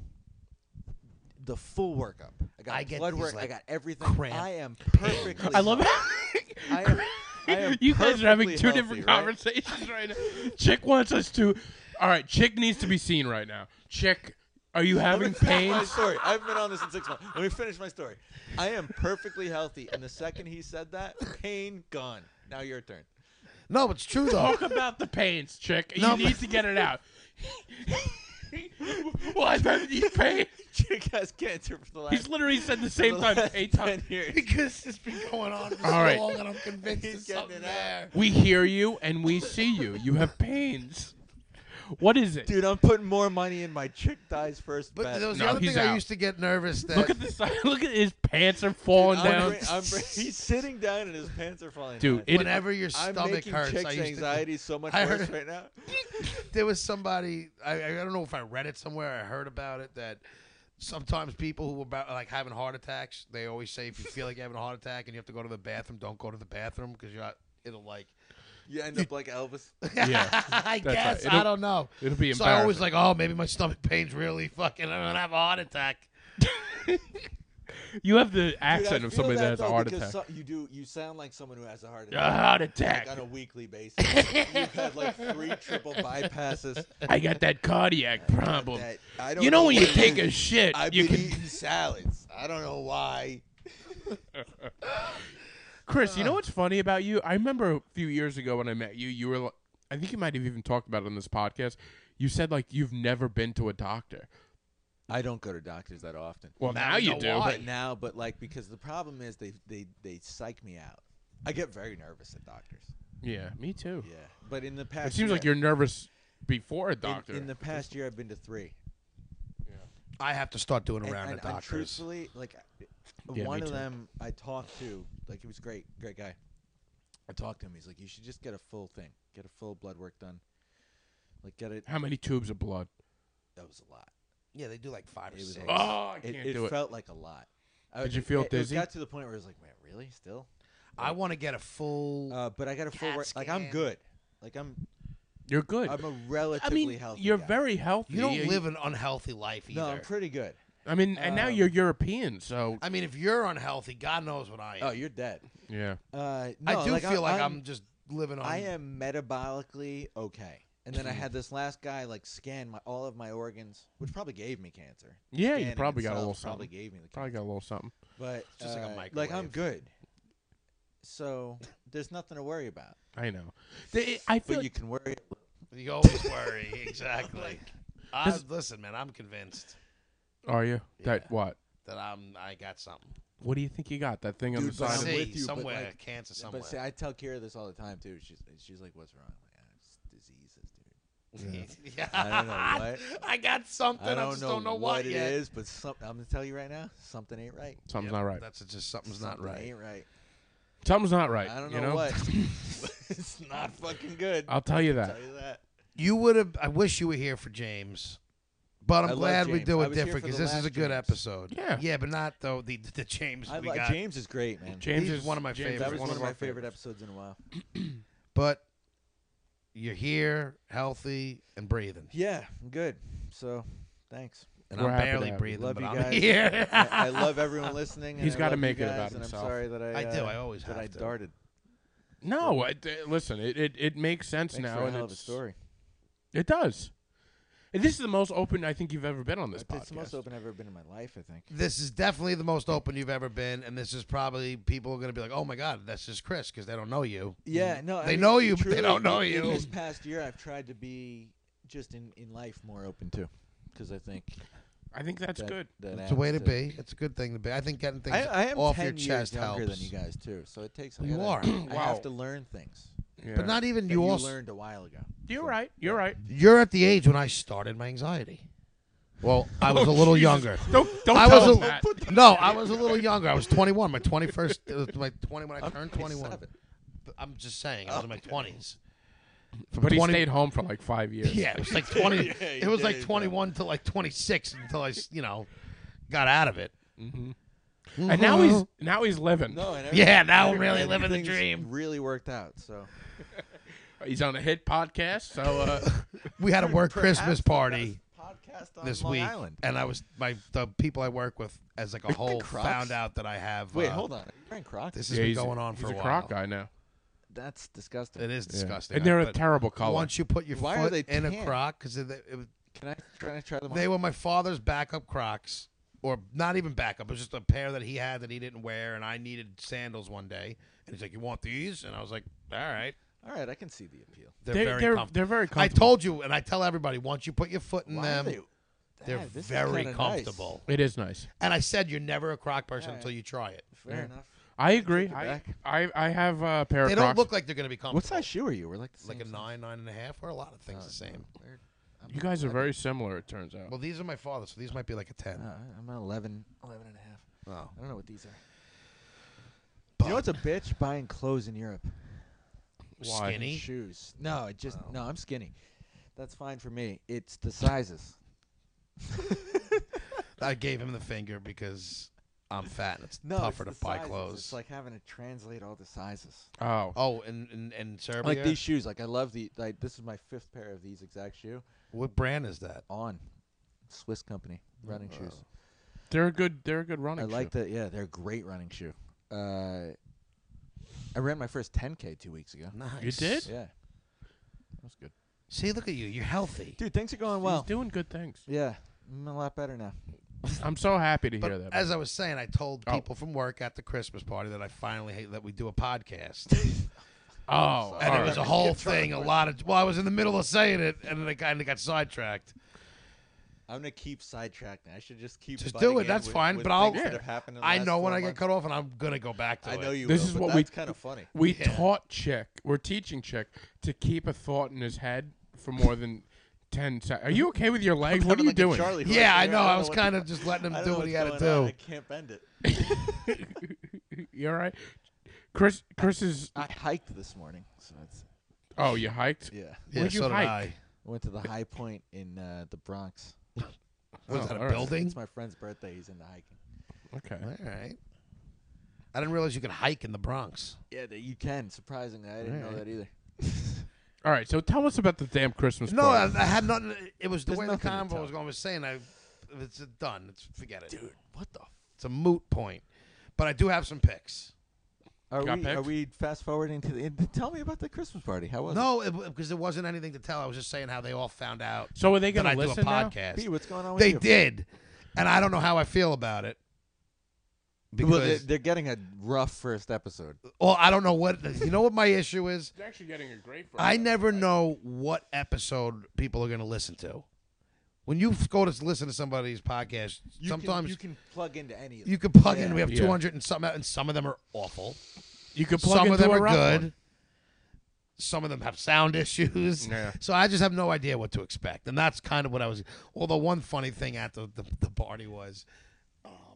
the full workup. I got
I get
blood
these,
work. I
like,
got everything.
cramp
I am perfectly.
I love [LAUGHS]
[LAUGHS]
healthy.
it.
I am, I am
you guys are having
perfectly
two
healthy,
different
right?
conversations right now. Chick wants us to. All right, Chick needs to be seen right now. Chick, are you having
Let me finish My
pains?
story. I haven't been on this in six months. Let me finish my story. I am perfectly healthy, and the second he said that, pain gone. Now your turn.
No, it's true though.
Talk about the pains, Chick. You
No, but-
need to get it
[LAUGHS]
out. well, I've had these pains.
Chick has cancer for the last.
He's literally said the
for the
same time
last
eight
10
times.
[LAUGHS]
years.
because it's been going on for so
All right.
long, and I'm convinced
He's
it's
getting
something
it out.
there.
We hear you and we see you. You have pains. What is it?
Dude, I'm putting more money in my chick dies first
But
bet.
there was the
No,
other
he's
thing I
out.
used to get nervous that
Look at the side. [LAUGHS] Look at his pants are falling
I'm
down.
bra- I'm
[LAUGHS]
bra- he's sitting down and his pants are falling
Dude,
down.
it-
whenever your
I'm
stomach
making
hurts, I
chicks'
used
anxiety so
[LAUGHS]
much
I
worse
heard-
right now.
to. There was somebody I, I don't know if I read it somewhere, I heard about it that sometimes people who were about like having heart attacks, they always say if you feel like you're having a heart attack and you have to go to the bathroom, don't go to the bathroom because you're not, it'll like.
You end up like [LAUGHS] Elvis.
Yeah,
[LAUGHS] I
that's right.
guess I
It'll-
don't know.
It'll be
So I always
embarrassing.
like, oh, maybe my stomach pain's really fucking. I'm gonna have a heart attack.
you have the
Dude, I
accent of
feel
somebody that Ah, has a
though,
heart
because
attack.
so- you do. You sound like someone who has a heart
A
attack.
heart
like
attack.
on a weekly basis. You've had like
[LAUGHS]
three triple bypasses.
I got that cardiac problem.
That I don't
You know when you
what
take
it [CLEARS THROAT]
a
is.
shit,
[LAUGHS] I've
you
been
can.
eating salads. I don't know why.
Chris, you know what's funny about you? I remember a few years ago when I met you, you were. li- I think you might have even talked about it on this podcast. You said like you've never been to a doctor.
I don't go to doctors that often.
Well, now,
Now we
you
know
do.
why.
But now, but like because the problem is they they they psych me out. I get very nervous at doctors.
Yeah, me too.
Yeah, but in the past
It seems like
year-
you're nervous before a
in-
doctor.
In, the past year, I've been to three.
I have to start doing
And,
around
and,
the
and
doctors.
truthfully, like
Yeah,
one
me
of
too.
them I talked to, like he was great, great guy. I talked to him. He's like, you should just get a full thing, get a full blood work done. Like get it.
How many tubes of blood?
That was a lot.
yeah, they do like five or
It was
six.
a lot.
Oh, I
It,
can't
it
do it.
felt like a lot. I-
Did you feel
it,
dizzy?
It got to the point where I was like, man, really? Still?
I want to get a full.
Uh, but I got a full.
Cat
Work, like I'm
scan.
good. Like I'm.
You're good.
I'm a
I
relatively
mean,
healthy.
you're
guy.
very healthy.
you don't live an unhealthy life either.
No, I'm pretty good.
I mean, and now
um,
you're European, so
I mean, if you're unhealthy, God knows what I am.
Oh, you're dead.
yeah.
Uh, no,
I do feel like I'm,
I'm
just living on.
I am metabolically okay. And then I had this last guy like scan my all of my organs, which probably gave me cancer.
Yeah, you
Scanning
probably got a
itself
little
probably
something.
gave me the
Probably
cancer.
got a little something.
but
just like a
uh,
microwave.
I'm good. So there's nothing to worry about.
I know. They- I feel
But you can worry.
You always worry. exactly. I,
This-
listen, man, I'm convinced
Are you? That
Yeah.
what?
that I'm. I got something.
What do you think you got? That thing on the
Dude, but
side
I'm
of
See,
with you, but,
somewhere,
like-
cancer somewhere.
But see, I tell Kira this all the time too. She's she's like, "What's wrong?" I'm like, "Ah, it's diseases, dude.
[LAUGHS] yeah.
I don't know
[LAUGHS]
what.
I got something. I,
I don't
just
know,
don't know
what,
what,
it
yet.
is, but some, I'm gonna tell you right now, something ain't right.
Something's
Yep,
not right.
That's just something's not
Something
right.
Ain't right.
Something's not right.
I don't
you
know, [LAUGHS] what. it's not fucking good.
I'll tell you
I'll
that.
tell you that.
You would have. I wish you were here for James, but I'm
I love
glad we
James.
do
I
it
was here
different
for
because
the
this is
last
a good
James.
episode.
Yeah.
yeah, but not though the the James
I
we
li-
got.
James is great, man.
James
He's
is
one of my
James
favorites.
is
that was
one of
my
our
favorite
favorites.
episodes in a while.
But you're here, healthy, and breathing.
Yeah, I'm good. So, thanks.
And
We're happy
I'm
to
barely
have you.
breathing.
Love
but
you
[LAUGHS]
I'm
guys. [LAUGHS]
Here. [LAUGHS]
I, I love everyone listening. and
He's
I
gotta
love you
make it
guys,
about
and
himself.
I'm sorry that I.
I do.
uh,
I always
that
have
I
to.
darted.
No, I, d- listen. It, it it makes sense
Thanks
now,
for a
and
hell of a
it's-
story.
It does. And this is the most open I think you've ever been on this podcast.
It's the most open I've ever been in my life, I think.
This is definitely the most open you've ever been, and this is probably people are going to be like, "Oh my God, that's just Chris," because they don't know you.
Yeah, no, I
They
mean,
know you, but they
truly,
don't know
in- in
you.
This past year, I've tried to be just in, in life more open too, because I think
I think that's
that,
good.
That
It's a way to
adds
be. It's a good thing to be. I think getting things
I, I am
off
10
your
years
chest
younger
helps.
than you guys too, so it takes. I
You
gotta-
are.
[CLEARS THROAT] I
Wow.
have to learn things.
Yeah.
But not even
that
you.
you
also,
learned a
[LAUGHS]
while ago.
You're right. You're right.
you're at the age when I started my anxiety.
[LAUGHS]
Well, I
Oh,
was a little
Jesus.
younger.
Don't don't
I
tell
was
him
a,
that.
no, I was a little younger. I was 21. My 21st, it was my 20 when I turned 21.
27.
I'm just saying, I was in my 20s. From
But he
20
stayed home for like five years.
Yeah, it was
[LAUGHS]
like 20. it was like
did,
21 to like 26 until I, s- you know, got out of it.
And now
[LAUGHS]
he's now he's living.
No, and
Yeah,
everything-
now I'm really living the
everything's
dream.
Really worked out. So
He's on a hit podcast. So
[LAUGHS]
uh,
We had a work
Perhaps
Christmas
the
party
best podcast on
this
Long
week,
Island.
and I was my the people I work with as like a whole
Crocs?
found out that I have.
Wait,
uh,
hold on. Are you wearing Crocs?
This has
yeah,
been
he's
going on
he's
for
a
while.
croc guy now.
That's disgusting.
It is disgusting.
And they're a
but
terrible color.
Once you put your
Why are
foot
they
in a
tan?
croc, because it, it,
Can I try, try them on?
They were my father's backup Crocs, or not even backup. It was just a pair that he had that he didn't wear, and I needed sandals one day. And he's like, "You want these?" And I was like, "All right."
All right, I can see the appeal.
They're,
They're-
very
they're-
comfortable.
they're very
I
comfortable.
told you, and I tell everybody, once you put your foot in
Why
them,
are they-
they're
Yeah, this is
very
kinda nice.
comfortable.
It is nice.
And I said, "You're never a Croc person
Yeah.
until you try it."
Fair enough.
I agree.
Take it
I,
back.
I I have a pair
They
of
don't
Crocs.
look like they're going to be comfortable.
What size shoe are you? We're like the same
Like a
size.
nine, nine and a half. We're a lot of things the same.
Weird. I'm-
you guys are very similar. It turns out.
Well, these are my father's, so these might be like a ten.
Uh, I'm an 11, 11 and a half.
Oh.
I don't know what these are.
But
You know what's a bitch? Buying clothes in Europe.
Why?
skinny.
Shoes. No, it just no. I'm skinny. That's fine for me. It's [LAUGHS] the sizes.
I gave him the finger because I'm fat and it's
No,
tougher to
it's the
buy
sizes.
clothes.
It's like having to translate all the sizes.
oh,
Oh, and and, and Serbia.
Like these shoes. Like I love the like. This is my fifth pair of these exact shoe.
what brand is that?
On, Swiss company running shoes.
they're a good. They're a good running.
I like
shoe.
that. Yeah, they're a great running shoe. Uh, I ran my first 10k two weeks ago.
Nice.
You did?
Yeah,
That's good.
See, look at you. You're healthy.
dude, things are going
He's
well.
doing good things.
yeah, I'm a lot better now.
I'm so happy to
But
hear that.
as I was saying, I told
Oh.
people from work at the Christmas party that I finally hate that we do a podcast,
oh,
and
all
it was a
right.
whole thing. A lot of well, I was in the middle of saying it, and then I kind of got sidetracked.
I'm gonna keep sidetracking. I should just keep.
Just
butting
do it.
in
That's
with-
fine.
with
But I'll.
things that have happened in the
I
last
know when
four
I get
months.
cut off, and I'm gonna go back to
I
it.
know you.
This
will,
is
but
what we-
that's kind of funny.
we
Yeah.
taught Chick. We're teaching Chick to keep a thought in his head for more than ten seconds. Are you okay with your leg? What are you doing?
Yeah, I know. I was kind [LAUGHS] of just letting him do what he had to do.
I can't bend it.
You all right? Chris. Chris is.
I hiked this morning, so it's
Oh, you hiked.
yeah.
Yeah,
Where'd you
so did
hike?
I.
I went to the High Point in uh, the Bronx.
Was
Oh,
that a
all right.
building?
It's my friend's birthday. He's into hiking.
Okay.
All right. I didn't realize you could hike in the Bronx.
Yeah, that you can. Surprisingly, I didn't know that either.
All right. So tell us about the damn Christmas.
No, I,
party.
I had nothing. It was the
There's
way the
nothing to
convo
tell.
was going. I was saying, I, it's done. It's forget it.
Dude, what the? F-
It's a moot point. But I do have some picks.
are
Got
we
picked?
are we fast forwarding to the? end? Tell me about the Christmas party. How was
No, because there wasn't anything to tell. I was just saying how they all found out
so are they
that
going
I
to
do a
listen now?
it? B,
podcast.
what's going on with
They
you?
did, and I don't know how I feel about it. Because
Well,
well,
they're, they're getting a rough first episode.
I don't know what you know. What my issue is,
They're actually getting a great.
I never know what episode people are going to listen to. When you go to listen to somebody's podcast,
You can-
sometimes
you can plug into any. Of
You
them.
can plug in.
Yeah.
We have
Yeah.
200 and some, and some of them are awful.
You could plug
some of
into
them
a
are
rough
good.
one.
Some of them have sound issues.
Yeah.
So I just have no idea what to expect, and that's kind of what I was. Although one funny thing at the the, the party was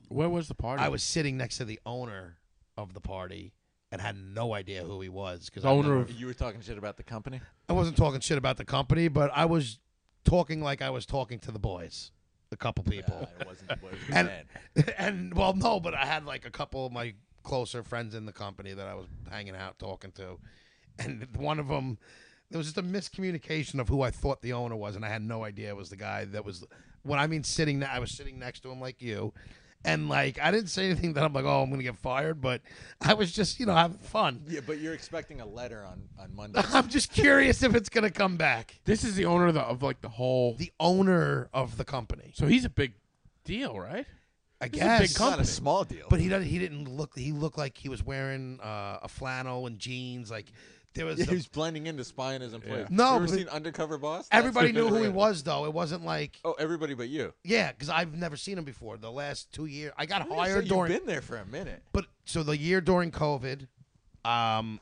Where was the party?
I was sitting next to the owner of the party and had no idea who he was because
the owner of.
You were talking shit about the company.
I wasn't talking shit about the company, but I was talking like I was talking to the boys, a couple people.
I wasn't. it was [LAUGHS]
And-
bad.
[LAUGHS] and well, no, but I had like a couple of my closer friends in the company that I was hanging out talking to, and one of them, there was just a miscommunication of who I thought the owner was, and I had no idea it was the guy that was. When I mean sitting, ne- I was sitting next to him like you, and like I didn't say anything that I'm like, oh, I'm gonna get fired, but I was just, you know, having fun. [LAUGHS]
Yeah, but you're expecting a letter on on Monday.
I'm just curious if it's gonna come back.
This is the owner of, the, of like the whole.
The owner of the company,
so he's a big deal, right?
I
is a big
guess.
it's not
company.
a small deal.
But he doesn't. He didn't look. He looked like he was wearing uh, a flannel and jeans. Like there was.
Yeah,
a-
he was blending into spying his employees.
No,
you ever
but-
seen Undercover Boss? That's
everybody knew who he
right.
was, though. It wasn't like
Oh, everybody but you.
yeah, because I've never seen him before. The last two years, I got
So
hired during.
You've been there for a minute.
But so the year during COVID, um,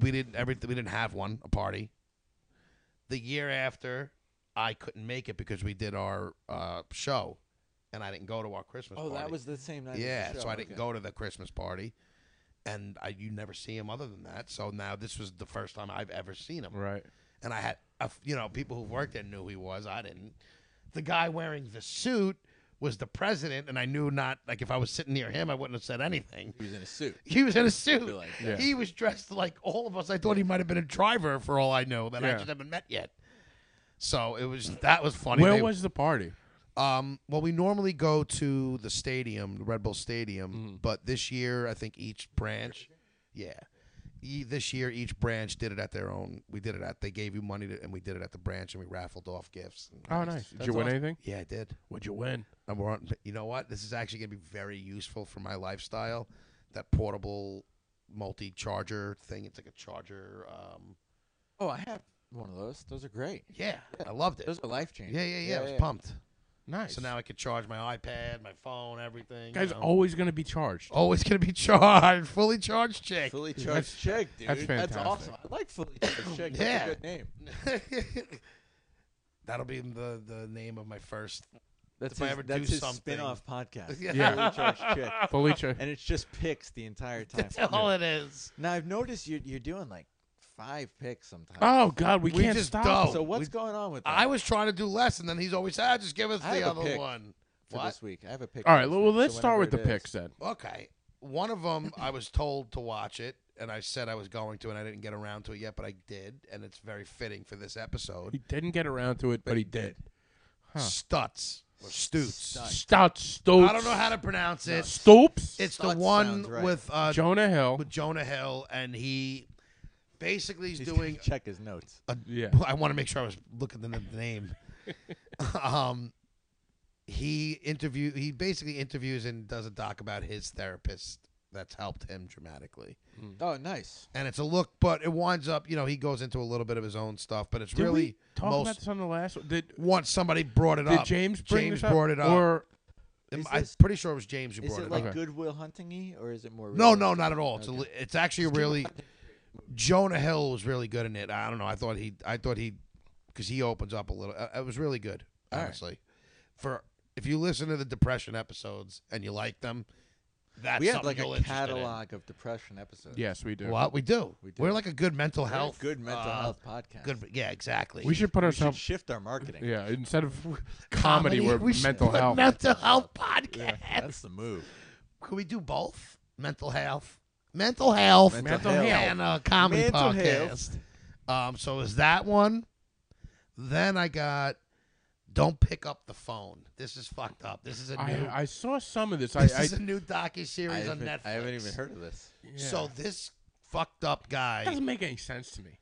we didn't everything. We didn't have one a party. The year after, I couldn't make it because we did our uh, show, and I didn't go to our Christmas.
Oh, that
party.
was the same night.
Yeah, so I didn't go to the Christmas party, and I you never see him other than that. So now this was the first time I've ever seen him,
Right.
and I had a f you know people who worked there knew who he was. I didn't. The guy wearing the suit was the president, and I knew not like if I was sitting near him, I wouldn't have said anything.
He was in a suit.
He was in a suit.
Be like
that.
He was dressed like all of us. I thought he might have been a driver for all I know, that I
Yeah.
just haven't met yet. So it was that was funny.
Where
They-
was the party?
um, well, we normally go to the stadium, the Red Bull Stadium, but this year I think each branch, yeah, e- this year each branch did it at their own. We did it at they gave you money to, and we did it at the branch, and we raffled off gifts. and-
Oh, nice. Did you win anything?
Yeah, I did.
What'd you win?
And we're on, but you know what? This is actually going to be very useful for my lifestyle. That portable multi-charger thing. It's like a charger. Um,
Oh, I have one of those. Those are great.
yeah, I loved it.
Those are life changing.
Yeah, yeah, yeah. I was pumped.
Nice.
So now I could charge my iPad, my phone, everything. you
guy's
know.
always gonna be charged.
Always Oh, gonna be charged, [LAUGHS] fully charged chick.
Fully charged chick, dude.
that's fantastic.
awesome. I like fully
[LAUGHS]
charged chick.
Yeah.
That's a good name.
[LAUGHS] That'll be the the name of my first.
Oh. That's
If I
his,
ever
that's
do
his
something-
spin-off
[LAUGHS]
podcast.
Yeah.
Fully charged chick.
Fully charged.
And it's just picks
[LAUGHS]
the entire time.
That's all it is.
Now I've noticed you're you're doing like five picks sometimes.
Oh God, we,
We
can't
just
stop.
don't.
so what's
we-
going on with that
I was trying to do less, and then he's always ah, just give us
I
the
have a
other
pick
one.
for
What?
this week? I have a pick.
All
for
right,
this
well,
week, so
let's start with
whenever
the
it is-
picks then.
Okay, one of them I was told to watch it, and I said I was going to, and I didn't get around to it yet, but I did, and it's very fitting for this episode.
He didn't get around to it, but, he did. Huh.
Stutz or Stoots.
Stutz.
Stout Stoops.
I don't know how to pronounce it.
Stoops.
It's
Stutz
the one
sounds right.
with uh,
Jonah Hill.
with Jonah Hill, and he basically is
He's
doing
doing check his notes.
a,
Yeah.
I want to make sure I was looking at
[LAUGHS]
the name. um, he interview. He basically interviews and does a doc about his therapist that's helped him dramatically.
Oh, nice.
And it's a look, but it winds up. You know, he goes into a little bit of his own stuff, but it's
Did
really
we talk
most.
about this on the last? one? Did
once somebody brought it
did
up,
James bring
James
this up?
brought it up.
Or
I'm
Is
I'm
this-
pretty sure it was James who
Is
brought
it
it
like
up.
Okay.
Goodwill Hunting-y, or is it more?
No,
real-
no, not at all. It's a,
Okay.
li- it's actually really Jonah Hill was really good in it. I don't know. I thought he I thought he because he opens up a little. Uh, it was really good,
All right.
honestly. For if you listen to the depression episodes and you like them, that's
We have
something
like
you'll
a
interested in.
catalog of depression episodes.
yes, we do.
What we do.
We do.
We're like a good mental
We're a
health,
good mental
uh,
health podcast.
Good, yeah, exactly.
we should put
We should
ourselves.
shift our marketing.
Yeah, instead of comedy, we're
we should
mental
put
health.
Mental health podcast.
That's the move.
Could we do both? Mental health, mental health,
Mental Mental health. health.
and a comedy
Mental
podcast. Um, so is that one? Then I got don't pick up the phone. This is fucked up. This is a new.
I, I saw some of this. I,
this
I,
is a new docu
I
series on
haven't,
Netflix.
I haven't even heard of this.
yeah.
So this fucked up
it
guy,
doesn't make any sense to me.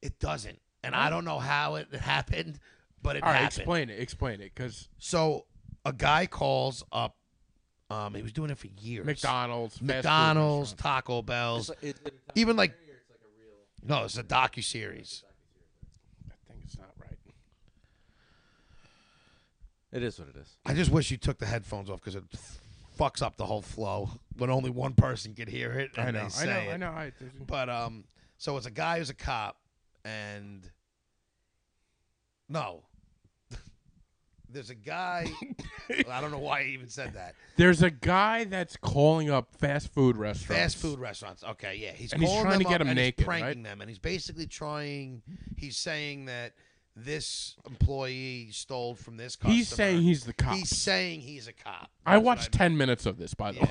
it doesn't, and I don't know how it happened, but it
All right,
happened.
explain it. Explain it, because
So a guy calls up. Um, he was doing it for years.
McDonald's, fast food
McDonald's,
restaurant.
Taco Bell's,
It's like- it-
even like no, it's a docu series.
I think it's not right.
it is what it is.
I just wish you took the headphones off because it fucks up the whole flow when only one person could hear it and
I know.
they
I
say
know.
it.
I know. I, there's-
But um, so it's a guy who's a cop, and no, [LAUGHS] there's
[LAUGHS]
a guy. I don't know why I even said that.
There's a guy that's calling up fast food restaurants.
Fast food restaurants. Okay, yeah, he's
And he's
calling
trying to
them
get
up
'em
and
naked,
he's pranking them, and he's basically trying. He's saying that this employee stole from this customer.
He's saying he's the cop.
He's saying he's a cop.
I
That's what
watched ten minutes of this, by the way.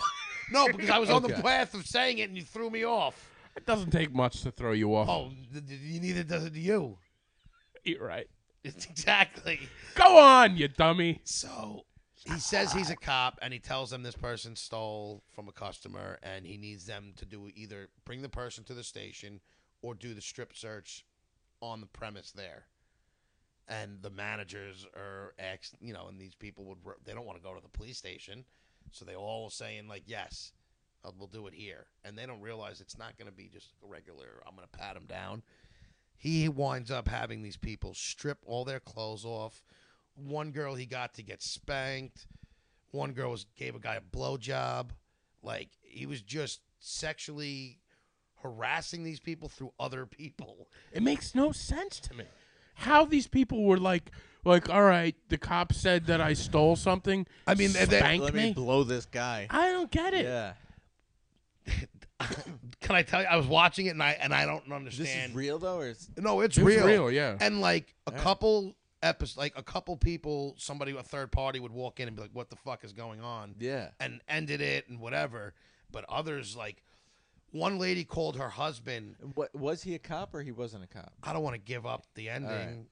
No, because I was on the
Okay.
path of saying it and you threw me off.
It doesn't take much to throw you off.
Oh, th- th- you neither does it to you.
You're right.
It's exactly.
Go on, you dummy.
So he says he's a cop and he tells them this person stole from a customer and he needs them to do either bring the person to the station or do the strip search on the premise there and the managers are ex you know and these people would re- they don't want to go to the police station so they all are saying like yes uh, we'll do it here and they don't realize it's not going to be just a regular i'm going to pat him down he winds up having these people strip all their clothes off. One girl he got to get spanked. One girl was gave a guy a blowjob. Like he was just sexually harassing these people through other people. [LAUGHS]
It makes no sense to me. How these people were like, like, all right, the cop said that I stole something.
I mean, they- they-
spank
Let
me.
me blow this guy.
I don't get it.
Yeah.
Can I tell you? I was watching it and I and I don't
Is this
understand.
is real though, or is
no, it's
It was
real.
real, yeah.
And like a
Yeah.
couple episodes, like a couple people, somebody, a third party would walk in and be like, "What the fuck is going on?"
yeah?
and ended it and whatever. But others, like one lady called her husband,
What was he a cop or he wasn't a cop?
I don't want to give up the ending.
right. Ah,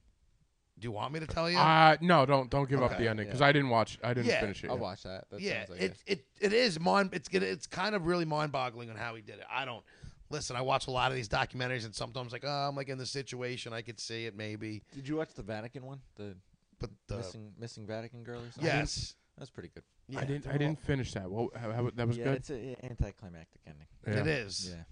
Do you want me to tell you?
Uh, no, don't don't give up
Okay,
the ending because
yeah.
I didn't watch. I didn't
Yeah,
finish it.
I'll
yet.
watch that. that
yeah,
sounds like
it, it it is mind. It's gonna. It's kind of really mind boggling on how he did it. I don't listen. I watch a lot of these documentaries, and sometimes like, oh, I'm like in the situation. I could see it maybe,
Did you watch the Vatican one? The
but the
missing missing Vatican girl or something?
yes,
that's pretty good.
yeah,
I didn't. I
they're
didn't finish that. Well, how, how, that was
yeah,
good.
it's an anticlimactic ending.
all- It
Yeah.
is.
Yeah.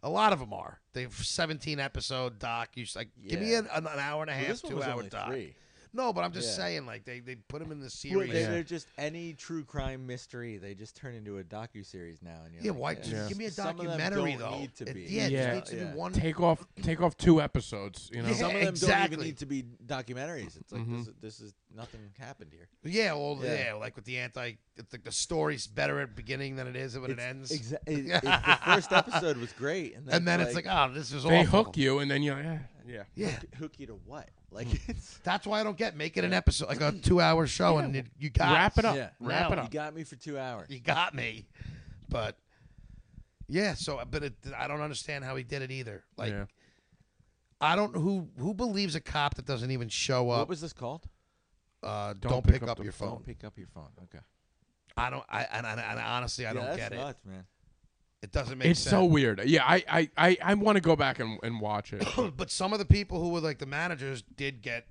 A lot of them are. They've 17 episode doc. You s- like give me
Yeah.
an, an an hour and a half,
this one
two
was
hour
only
doc.
three.
No, but I'm just
Yeah.
saying like they they put him in the
Well,
series.
they,
Yeah.
They're just any true crime mystery. They just turn into a docu series now. And you're
Yeah,
like,
why? just
Yeah.
Give me a
Some of them
documentary
don't
though.
need to
It-
be.
yeah, it
Yeah.
just needs to
Yeah.
be one.
Take off. Take off two episodes.
[LAUGHS]
You know.
Yeah.
Some of them
exactly.
don't even need to be documentaries. It's like
Mhm.
this, is, this is nothing happened here.
yeah, well, yeah.
Yeah.
like with the anti, it's like the story's better at beginning than it is when it ends,
Exa-
[LAUGHS]
it- it- the first episode was great, and then,
and then it's like, oh, this is
They
awful.
hook you, and then you're like, eh, yeah.
Yeah, Mm.
hook you to what? Like it's
that's why I don't get make it an episode
[CLEARS THROAT]
like a two-hour show, and it, you got
Wrap it up.
Yeah.
Wrap it
No,
you
up.
got me for two hours.
[LAUGHS] You got me, but yeah. So, but it, I don't understand how he did it either. Like,
Yeah.
I don't who who believes a cop that doesn't even show
What
up.
was this called?
uh, don't,
Don't
pick,
pick up
up,
the
your phone.
Don't pick up your phone. Okay.
I don't. I and, and, and honestly, I
yeah,
don't
that's
get it.
nuts, man.
It doesn't make
It's
sense.
so weird. Yeah, I I I, I want to go back and, and watch
[COUGHS]
it.
but some of the people who were like the managers did get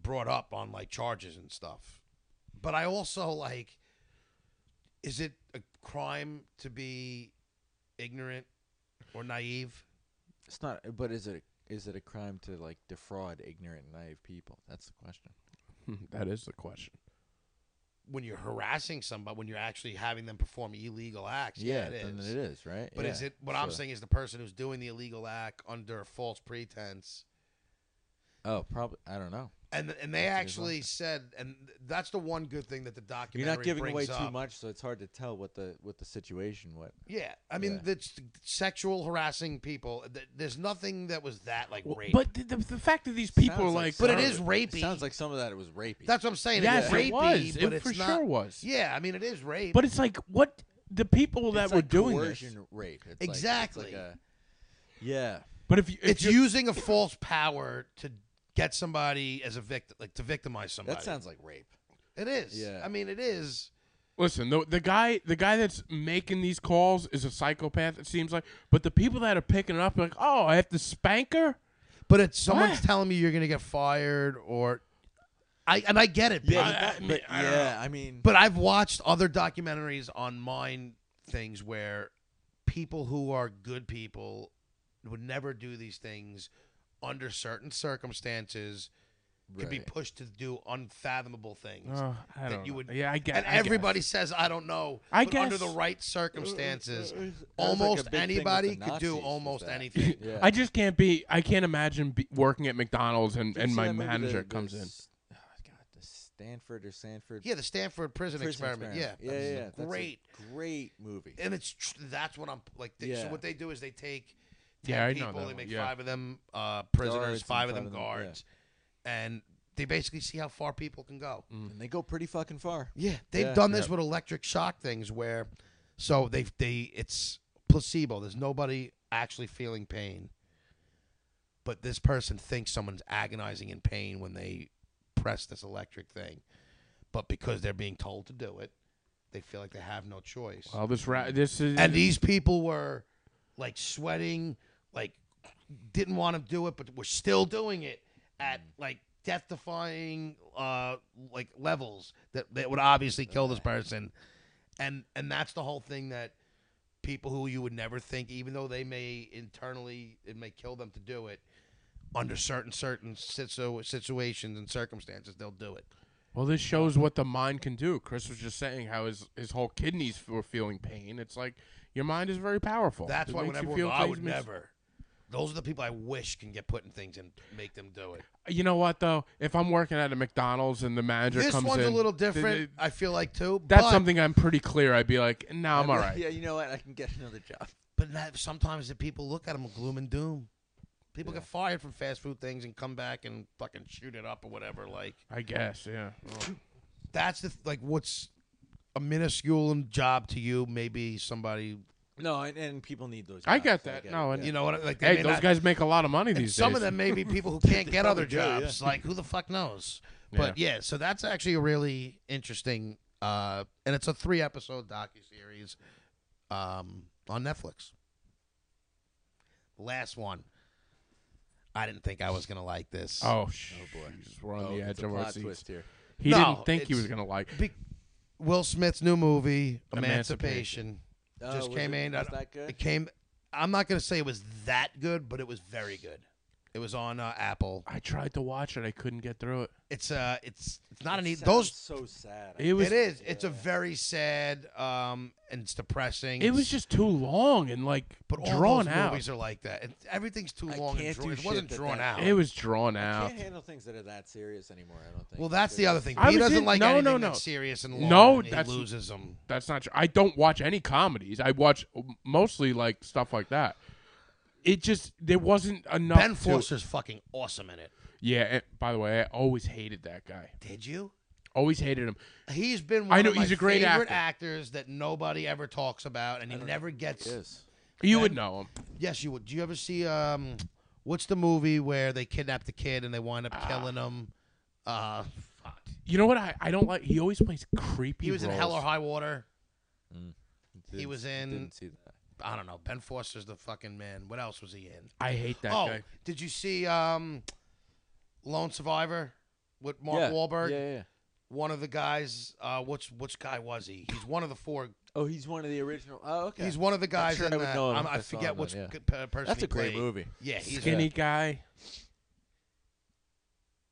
brought up on like charges and stuff. But I also like, is it a crime to be ignorant or naive?
It's not. But is it is it a crime to like defraud ignorant, naive people? That's the question.
Hmm, that is the question.
When you're harassing somebody, when you're actually having them perform illegal acts, yeah, it
then
is.
it is right.
But is
Yeah,
it what I'm
so-
saying is the person who's doing the illegal act under a false pretense
Oh, probably. I don't know.
And and they
That's a good
actually
question.
said, and that's the one good thing that the documentary
You're not giving away
brings
too
up.
much, so it's hard to tell what the what the situation. What
Yeah, I mean,
Yeah.
that's sexual harassing people. Th- There's nothing that was that like rape,
But the, the, the fact that these people are
Sounds
like, uh,
like
but it
some-
is rapey.
sounds like some of that it was rapey.
that's what I'm saying.
yes,
it's rapey,
it was.
but
it
it's
for
not.
sure was.
Yeah, I mean, it is rape.
But it's like what the people
It's
that
like
were doing this.
coercion rape. It's like- it's
Exactly.
Like, a, yeah.
But if you, if
it's
you,
using a false power to get somebody as a victim, like to victimize somebody.
That sounds like rape.
It is.
Yeah.
I mean, it is.
Listen, the, the guy the guy that's making these calls is a psychopath. It seems like, but the people that are picking it up are like, oh, I have to spank her.
But it's someone's
What?
telling me you're gonna get fired, or I and I get it.
Yeah,
Pete.
I- I
but,
mean,
but
I don't
yeah, I mean,
But I've watched other documentaries on mine things where people who are good people would never do these things under certain circumstances could be
Right.
pushed to do unfathomable things.
Oh, I
Uh, That
don't.
you
know.
would-
yeah, I get.
and
I guess.
everybody says, I don't know.
I
but under the
guess-
right circumstances,
That was like a
almost
big thing with the
anybody could
Nazis
do
was
almost
that.
anything.
[LAUGHS] Yeah.
I just can't be. I can't imagine be working at McDonald's and,
Did you
and
see
my
that movie,
manager
the- the
comes in.
S- oh, God, the Stanford or Sanford
yeah, the Stanford prison,
prison
experiment. Yeah,
yeah,
that's
yeah, that's a
great.
great movie.
and it's tr- that's what I'm like. They, So
Yeah.
what they do is they take ten
Yeah, I know
people,
that
they
one,
make
yeah.
five of them uh, prisoners,
Guards and
five of
five
them
of them, yeah.
guards, and they basically see how far people can go.
And they go pretty
[LAUGHS]
fucking far.
Yeah, they've
Mm. Yeah.
done this with electric shock things where, so they they it's placebo. There's nobody actually feeling pain, but this person thinks someone's agonizing in pain when they press this electric thing. but because they're being told to do it, they feel like they have no choice.
Well, this ra- this is
Mm. and these people were like sweating, like didn't want to do it, but were still doing it at like death-defying uh, like levels that that would obviously kill this person, and and that's the whole thing that people who you would never think, even though they may internally it may kill them to do it, under certain certain situ- situations and circumstances they'll do it.
well, this shows what the mind can do. Chris was just saying how his his whole kidneys f- were feeling pain. It's like your mind is very powerful.
That's
It
why
makes you
whenever we
feel
go, I
things
would
makes-
never. Those are the people I wish can get put in things and make them do it.
You know what though? If I'm working at a McDonald's and the manager
This
comes
one's a
in,
little
th- th-
different. I feel like too.
that's
but,
something I'm pretty clear. I'd be like, no, nah, I'm all right.
[LAUGHS] Yeah, you know what? I can get another job.
But that, sometimes the people look at them with gloom and doom. People get fired from fast food things and come back and fucking shoot it up or whatever. Like
I guess, yeah.
that's the th- like what's a minuscule job to you? Maybe somebody.
No, and, and people need those.
I
jobs,
get that. no,
it.
and
You know what? I- Like they
hey,
may
those
not-
guys make a lot of money
and
these
some
days.
of them may be people who can't get other
probably do, yeah.
jobs. Like who the fuck knows? But yeah. so that's actually a really interesting, uh, and it's a three episode docu series um, on Netflix. Last one. I didn't think I was gonna like this.
Oh, sh-
Oh, boy.
jeez, we're on
Oh,
the
it's
edge
a
of our
plot
seats.
twist here.
He
No,
didn't think he
it's-
was gonna like.
Be- Will Smith's new movie Emancipation,
Emancipation.
Oh,
just
was
came
it,
in.
Was
I-
that good?
It came. I'm not gonna say it was that good, but it was very good. It was on uh, Apple.
I tried to watch it. I couldn't get through it.
It's uh, it's it's not
It
an e-
sounds
those
so sad.
It was.
it is. It's a very sad um, and it's depressing.
It was
It's-
just too long and like
but all
drawn
those
out.
movies are like that. It, everything's too
I
long. And
can't
drawn.
do
It
shit
wasn't
that-
drawn
that-
out.
It was drawn
I
out.
can't handle things that are that serious anymore. I don't think.
well, that's the other thing.
I
He
was
doesn't
in-
like
no,
anything
no, no.
that's serious and long.
No,
and
that's-
he loses them.
That's not true. I don't watch any comedies. I watch mostly like stuff like that. It just there wasn't enough.
Ben
to-
Foster's fucking awesome in it.
Yeah. and by the way, I always hated that guy.
Did you?
Always hated him.
He's been one
I know,
of my
he's a great
favorite
actor.
actors that nobody ever talks about, and he never gets.
Yes.
You would know him.
Yes, you would. Do you ever see um, what's the movie where they kidnap the kid and they wind
Ah.
up killing him? Uh, fuck.
You know what? I, I don't like. He always plays creepy.
He was in Hell or
roles.
High Water.
Didn't-
was in-
Didn't see that.
I don't know. Ben Foster's the fucking man. What else was he in?
I hate that
oh,
guy.
did you see um, Lone Survivor with Mark
yeah.
Wahlberg?
Yeah, yeah. yeah.
One of the guys. Uh, which which guy was he? He's one of the four.
Oh, he's one of the original. Oh, okay.
He's one of the guys
sure
in
I would
that.
know him
I'm-
if
I
I saw
forget
him,
which
yeah.
c- per- person.
That's
he
a great
played.
movie.
Yeah, he's
Skinny guy.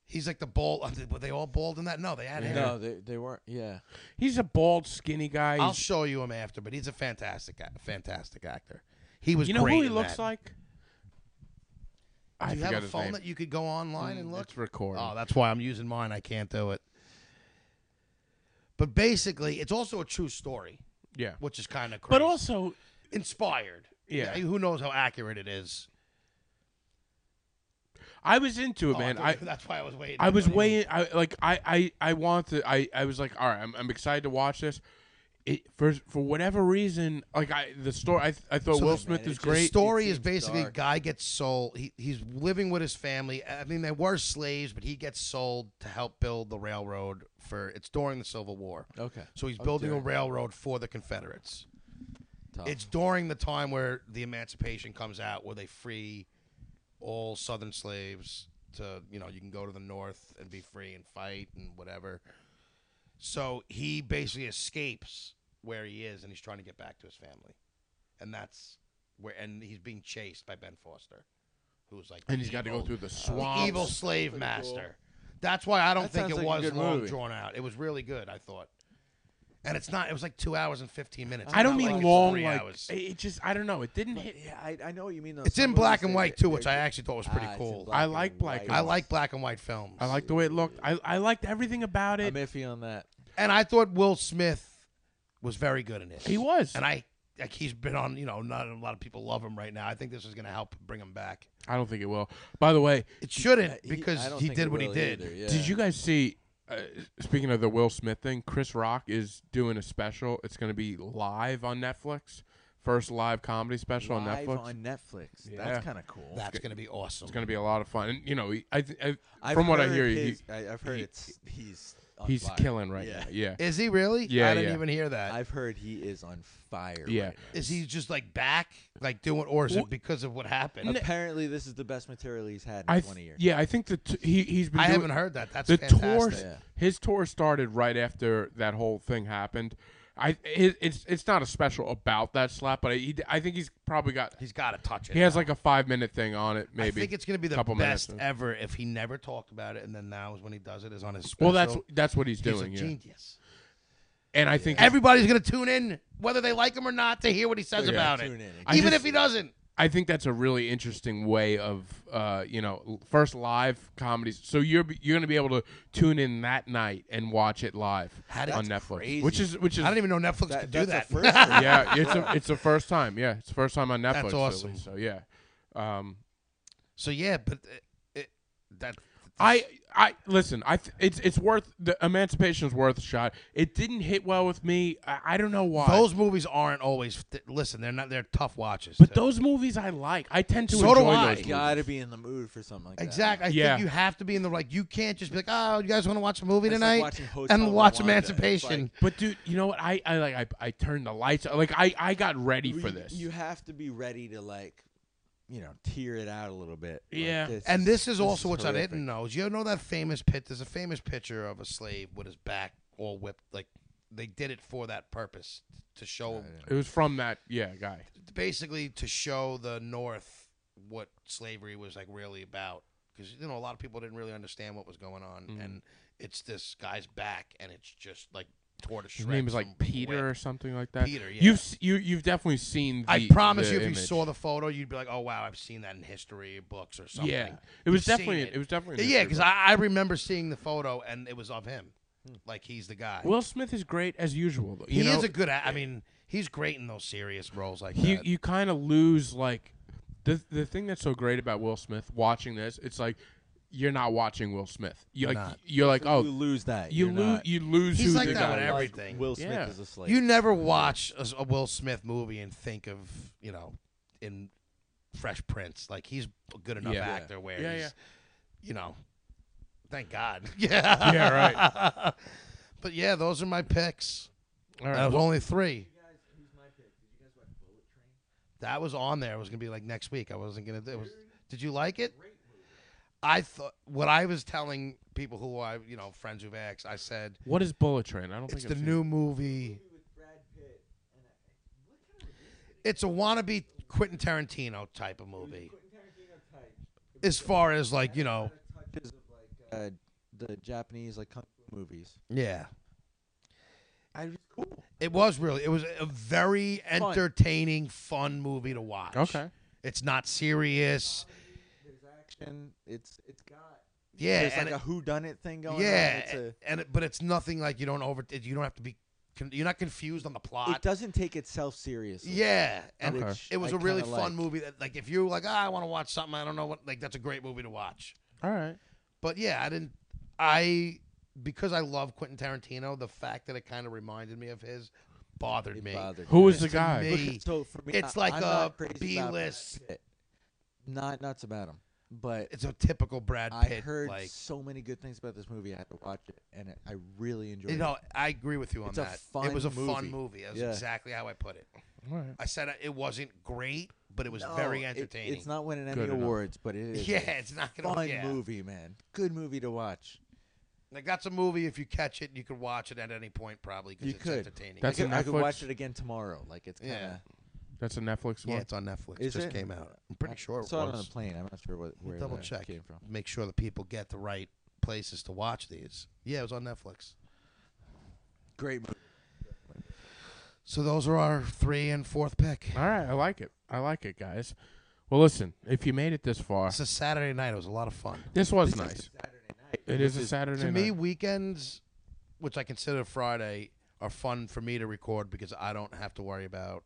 he's like the bald. Were they all bald in that? No, they had hair.
No, they they weren't. Yeah.
He's a bald, skinny guy.
I'll
He's-
show you him after, but he's a fantastic, a- fantastic actor. He was.
you know
great
who he
in
looks
that.
like? I
Do you have
forgot
a
his
phone
name.
that you could go online
Mm,
and look?
It's recording.
Oh, that's why I'm using mine. I can't do it. But basically, it's also a true story,
yeah.
which is kind of crazy.
But also,
inspired.
Yeah.
Who knows how accurate it is?
I was into it,
Oh,
man.
thought-
I,
that's why I was waiting.
I was
thought you-
way I like I I I want to I I was like all right I'm, I'm excited to watch this. It for for whatever reason like I the story I I thought
So
Will
the-
Smith
man,
is
it just-
great.
The story
It
is
seems
basically a
dark.
guy gets sold. He, he's living with his family. I mean, they were slaves, but he gets sold to help build the railroad for. It's during the Civil War.
Okay.
So he's
Oh,
building a
dear.
railroad for the Confederates.
Tough.
It's during the time where the Emancipation comes out, where they free all Southern slaves to, you know, you can go to the North and be free and fight and whatever. So he basically escapes where he is and he's trying to get back to his family. And that's where, and he's being chased by Ben Foster, who's like, the
and he's got to go
evil-
through the
the
swamp.
evil slave master. That's why I don't
That
think
sounds
it
like a
was
good
long
movie.
drawn out. It was really good, I thought. And it's not. It was like two hours and fifteen minutes.
I don't
Not
mean
like it's
long
three
like
hours.
it- it just I don't know it didn't hit.
Yeah, I, I know what you mean. Though.
It's
Some
in black
movies,
and
they-
white too,
they're
which I
good.
actually thought was pretty
Ah, it's in
cool.
black
I
and
like black
white.
and
I like black and white films.
I liked the way it looked. I I liked everything about
I'm
it.
iffy on that.
and I thought Will Smith was very good in it.
he was.
and I like he's been on. You know, not a lot of people love him right now. I think this is going to help bring him back.
I don't think it will. By the way,
It
Uh,
shouldn't
he-
because
I don't
he,
think
did
it
what he
will
did.
either, yeah.
Did you guys see? Uh, speaking of the Will Smith thing, Chris Rock is doing a special. It's going to be live on Netflix. First live comedy special on
Live
Netflix.
on Netflix?
Yeah.
That's kind of cool.
That's going to be awesome.
it's going to be a lot of fun. And you know, he- I, th- I
I've
from what I
heard
hear,
his,
he,
I, I've heard
he-
it's he's on
He's
fire.
killing right
Yeah.
now. Yeah.
Is he really?
Yeah,
I didn't
yeah.
even hear that. Is
[LAUGHS] I've heard he is on fire.
Yeah.
right now.
he just like back, like doing, or is
Well-
it because of what happened?
Apparently, this is the best material he's had in
I th-
20 years.
yeah, I think the t- he he's been
I
doing-
haven't heard that. That's
the tour.
fantastic.
Yeah.
His tour started right after that whole thing happened. I it, it's it's not a special about that slap, but he, I think he's probably got
He's got to touch it.
he has
now.
like a five minute thing on it. Maybe
I think it's going to be the
couple minutes.
best ever if he never talked about it, and then now is when he does it is on his special.
Well, that's that's what he's,
he's
doing.
a
yeah.
genius.
And I think
Everybody's going to tune in, whether they like him or not, to hear what he says
Oh,
Yeah,
about
tune
it,
in.
I
even
just-
if he doesn't.
I think that's a really interesting way of uh, you know l- first live comedies. So you're b- you're gonna be able to tune in that night and watch it live
How did-
on
that's
Netflix,
crazy.
which is which is
I don't even know Netflix
That-
could do
that's
that.
a first
[LAUGHS]
for
yeah it's a, it's the first time yeah it's the first time on Netflix. at least,
awesome.
So yeah, um,
[LAUGHS] so yeah, but it, it, that
I I listen. I th- it's it's worth the Emancipation is worth a shot. It didn't hit well with me. I, I don't know why.
those movies aren't always. Th- listen, they're not. They're tough watches.
but
too.
those movies I like. I tend to
So
enjoy
do I.
those.
You
movies.
gotta be in the mood for something like that.
Exactly. I
Yeah.
think you have to be in the like. You can't just be like, "Oh, you guys want to watch a movie
That's like
tonight?"
watching Hotel
and watch
Rwanda. It's
Emancipation.
like-
But dude, you know what? I, I like I, I turned the lights like I, I got ready
You-
for this.
You have to be ready to like, you know, tear it out a little bit. Like,
Yeah.
And this is also what's on
horrific.
it knows. You know that famous pit. There's a famous picture of a slave with his back all whipped. Like they did it for that purpose to show,
it was from that yeah guy.
basically to show the North what slavery was like really about. Because you know a lot of people didn't really understand what was going on,
Mm.
and it's this guy's back, and it's just like torn to
His
shreds.
name is like
and
Peter
whipped.
or something like that.
Peter, yeah.
You've s- you you've definitely seen. The,
I promise
the
you, if
image.
you saw the photo, you'd be like, "Oh wow, I've seen that in history books or something."
Yeah, it was
You've seen
definitely it. was definitely in
yeah,
history
because I, I remember seeing the photo and it was of him, like he's the guy.
book. Will Smith is great as usual. Though.
he
Hmm. You know,
is a good. a- I mean, he's great in those serious roles like
he
that.
you kind of lose like the the thing that's so great about Will Smith watching this. It's like you're not watching Will Smith. You like
not.
you're like
you
oh
lose that.
you
You're
lose
not-
you lose
He's
who
like
the
that
guy
with
is.
every- everything.
Will Smith
Yeah.
is a slave.
you never watch a, a Will Smith movie and think of you know in Fresh Prince. Like he's a good enough
Yeah.
actor where
Yeah,
he's,
yeah.
you know, thank God. [LAUGHS] yeah,
Yeah, right.
right. but yeah, those are my picks.
All right.
That was
well,
only three. That was on there. It was gonna be like next week. I wasn't gonna do. It was, did you like it? I thought what I was telling people who I you know friends who've asked. I said
what is Bullet Train? I don't
it's
think
the
I've seen
new movie. It's a wannabe Quentin Tarantino type of movie. As far as like you know,
Because of like uh, the Japanese like kung fu movies.
yeah,
I was cool.
it was really. It was a very entertaining, fun movie to watch.
it. Okay.
it's not serious.
There's action. It's it's got.
Yeah,
There's
and
like
it-
a who done it thing [LAUGHS] going on.
yeah,
It's a,
and it, but it's nothing like you don't over. You don't have to be. con- You're not confused on the
it
plot.
doesn't take itself seriously.
yeah, and
Okay.
it was
a
a really fun movie. That, like if you like, ah, I want to watch something. I don't know what. Like that's a great movie to watch.
All right.
But yeah, I didn't. I because I love Quentin Tarantino. The fact that it kind of reminded me of his bothered
It
me.
bothered
Who
me.
is the
To
guy?
me- [LAUGHS]
Look, so for me,
it's
I-
like
I'm
a
not crazy about
B-list.
Brad Pitt. Not nuts about him, but
It's a typical Brad
I
Pitt.
heard
like
so many good things about this movie. I had to watch it, and it, I really enjoyed
you know, I agree with you on
It's a
that.
fun
it was a
movie.
fun movie. That's
Yeah.
exactly how I put it.
All right.
I said it wasn't great, but it
it.
was
No,
very
it-
entertaining. [LAUGHS]
it's not winning any
Good enough.
awards, but it is.
yeah,
a
it's not gonna
fun
yeah.
movie, man. Good movie to watch.
Like that's a movie. If you catch it, you could watch it at any point, probably because
You
it's
could.
entertaining.
I
That's- It's
could,
on
I could
Netflix?
watch it again tomorrow. Like it's kind
Yeah.
of.
That's a Netflix
yeah,
one.
it's on Netflix.
Is
just
it?
came out. I'm pretty sure
I
it
saw it on a
was.
plane. I'm not sure what, where
Double
that
check.
came from.
Make sure the people get the right places to watch these. Yeah, it was on Netflix.
Great movie.
So those are our three and fourth pick.
Ah.
All right. I like it. I like it, guys. Well, listen. If you made it this far,
It's a Saturday night. It was a lot of fun.
this was nice. It is a
is-
Saturday
to
night.
me, weekends, which I consider Friday, are fun for me to record because I don't have to worry about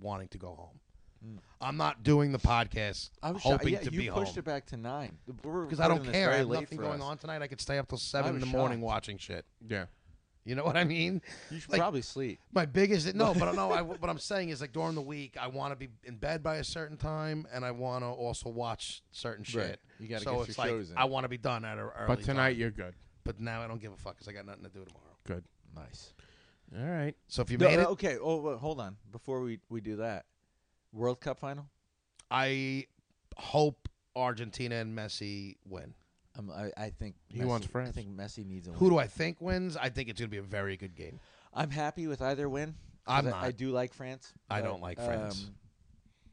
wanting to go home. I'm not doing the podcast
Hmm. I was
hoping
shocked. Yeah,
to
you
be
pushed
home.
it back to nine
because I don't care. I have nothing going on tonight. I could stay up till seven in
was
the morning
shocked.
watching shit.
yeah.
You know what I mean?
You should
Like-
probably sleep.
My biggest no, but no.
[LAUGHS]
I, what I'm saying is like during the week, I want to be in bed by a certain time, and I want to also watch certain shit.
Right. You gotta
so
get
it's
your
like
shows in.
I want to be done at an early.
But tonight
time.
you're good.
but now I don't give a fuck because I got nothing to do tomorrow.
Good.
Nice.
All right.
So if you
No,
made
no,
it,
okay. Oh, wait, hold on. Before we we do that, World Cup final.
I hope Argentina and Messi win.
Um, I, I think
He
Messi-
wants
I
France.
think Messi needs a win.
Who do I think wins? I think it's going to be a very good game.
I'm happy with either win. 'cause
I'm
I,
not.
I do like France.
I
but,
don't like France.
um,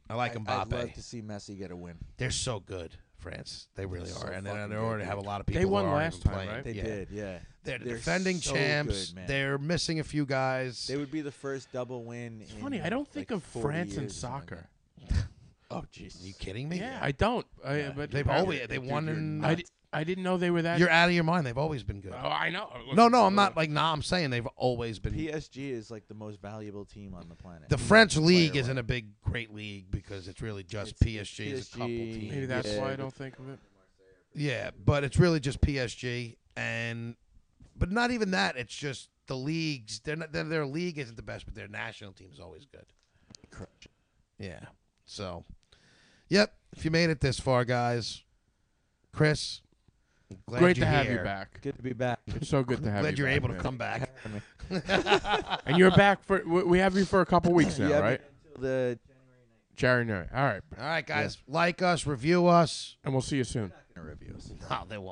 I like
I,
Mbappe.
would love to see Messi get a win.
They're so good, France. They really
They're
are,
so
and they,
fucking
they
good,
already
dude.
have a lot of
They
people.
won
that aren't
last
even
time,
playing.
right?
They
Yeah.
did, yeah.
They're the
They're
defending
so
champs.
good, man.
They're missing a few guys.
They would be the first double win.
It's funny. I don't think of France in
and
soccer.
Oh
Are you
jeez.
kidding me?
Yeah, I don't. I,
Yeah.
But
They've
apparently-
always they
Dude,
won
you're
in.
nuts.
I, di- I didn't know they were that.
You're out of your mind. They've always been good.
oh, I know. Look,
No, no,
look.
I'm not like nah. I'm saying they've always been.
PSG is like the most valuable team on the planet.
the French league
player
isn't
wise.
a big great league because it's really just
It's-
PSG is a
it's
couple
PSG.
teams.
Maybe that's
Yeah.
why I don't think of it.
Yeah, but it's really just PSG and but not even that. It's just the leagues. They're not, their, their league isn't the best, but their national team is always good.
Correct.
Yeah. So, yep. If you made it this far, guys, Chris, I'm glad
Great
you're
to have
here.
you back.
Good to be back.
It's so good to have
Glad
you.
you're
back,
able to
man.
come back.
And you're back for. We we have you for a couple
[LAUGHS]
weeks now,
Yeah,
right?
until the
Jerry, Neri. all right,
All right, guys, like us, review us.
and we'll see you soon.
reviews.
Oh, they won't.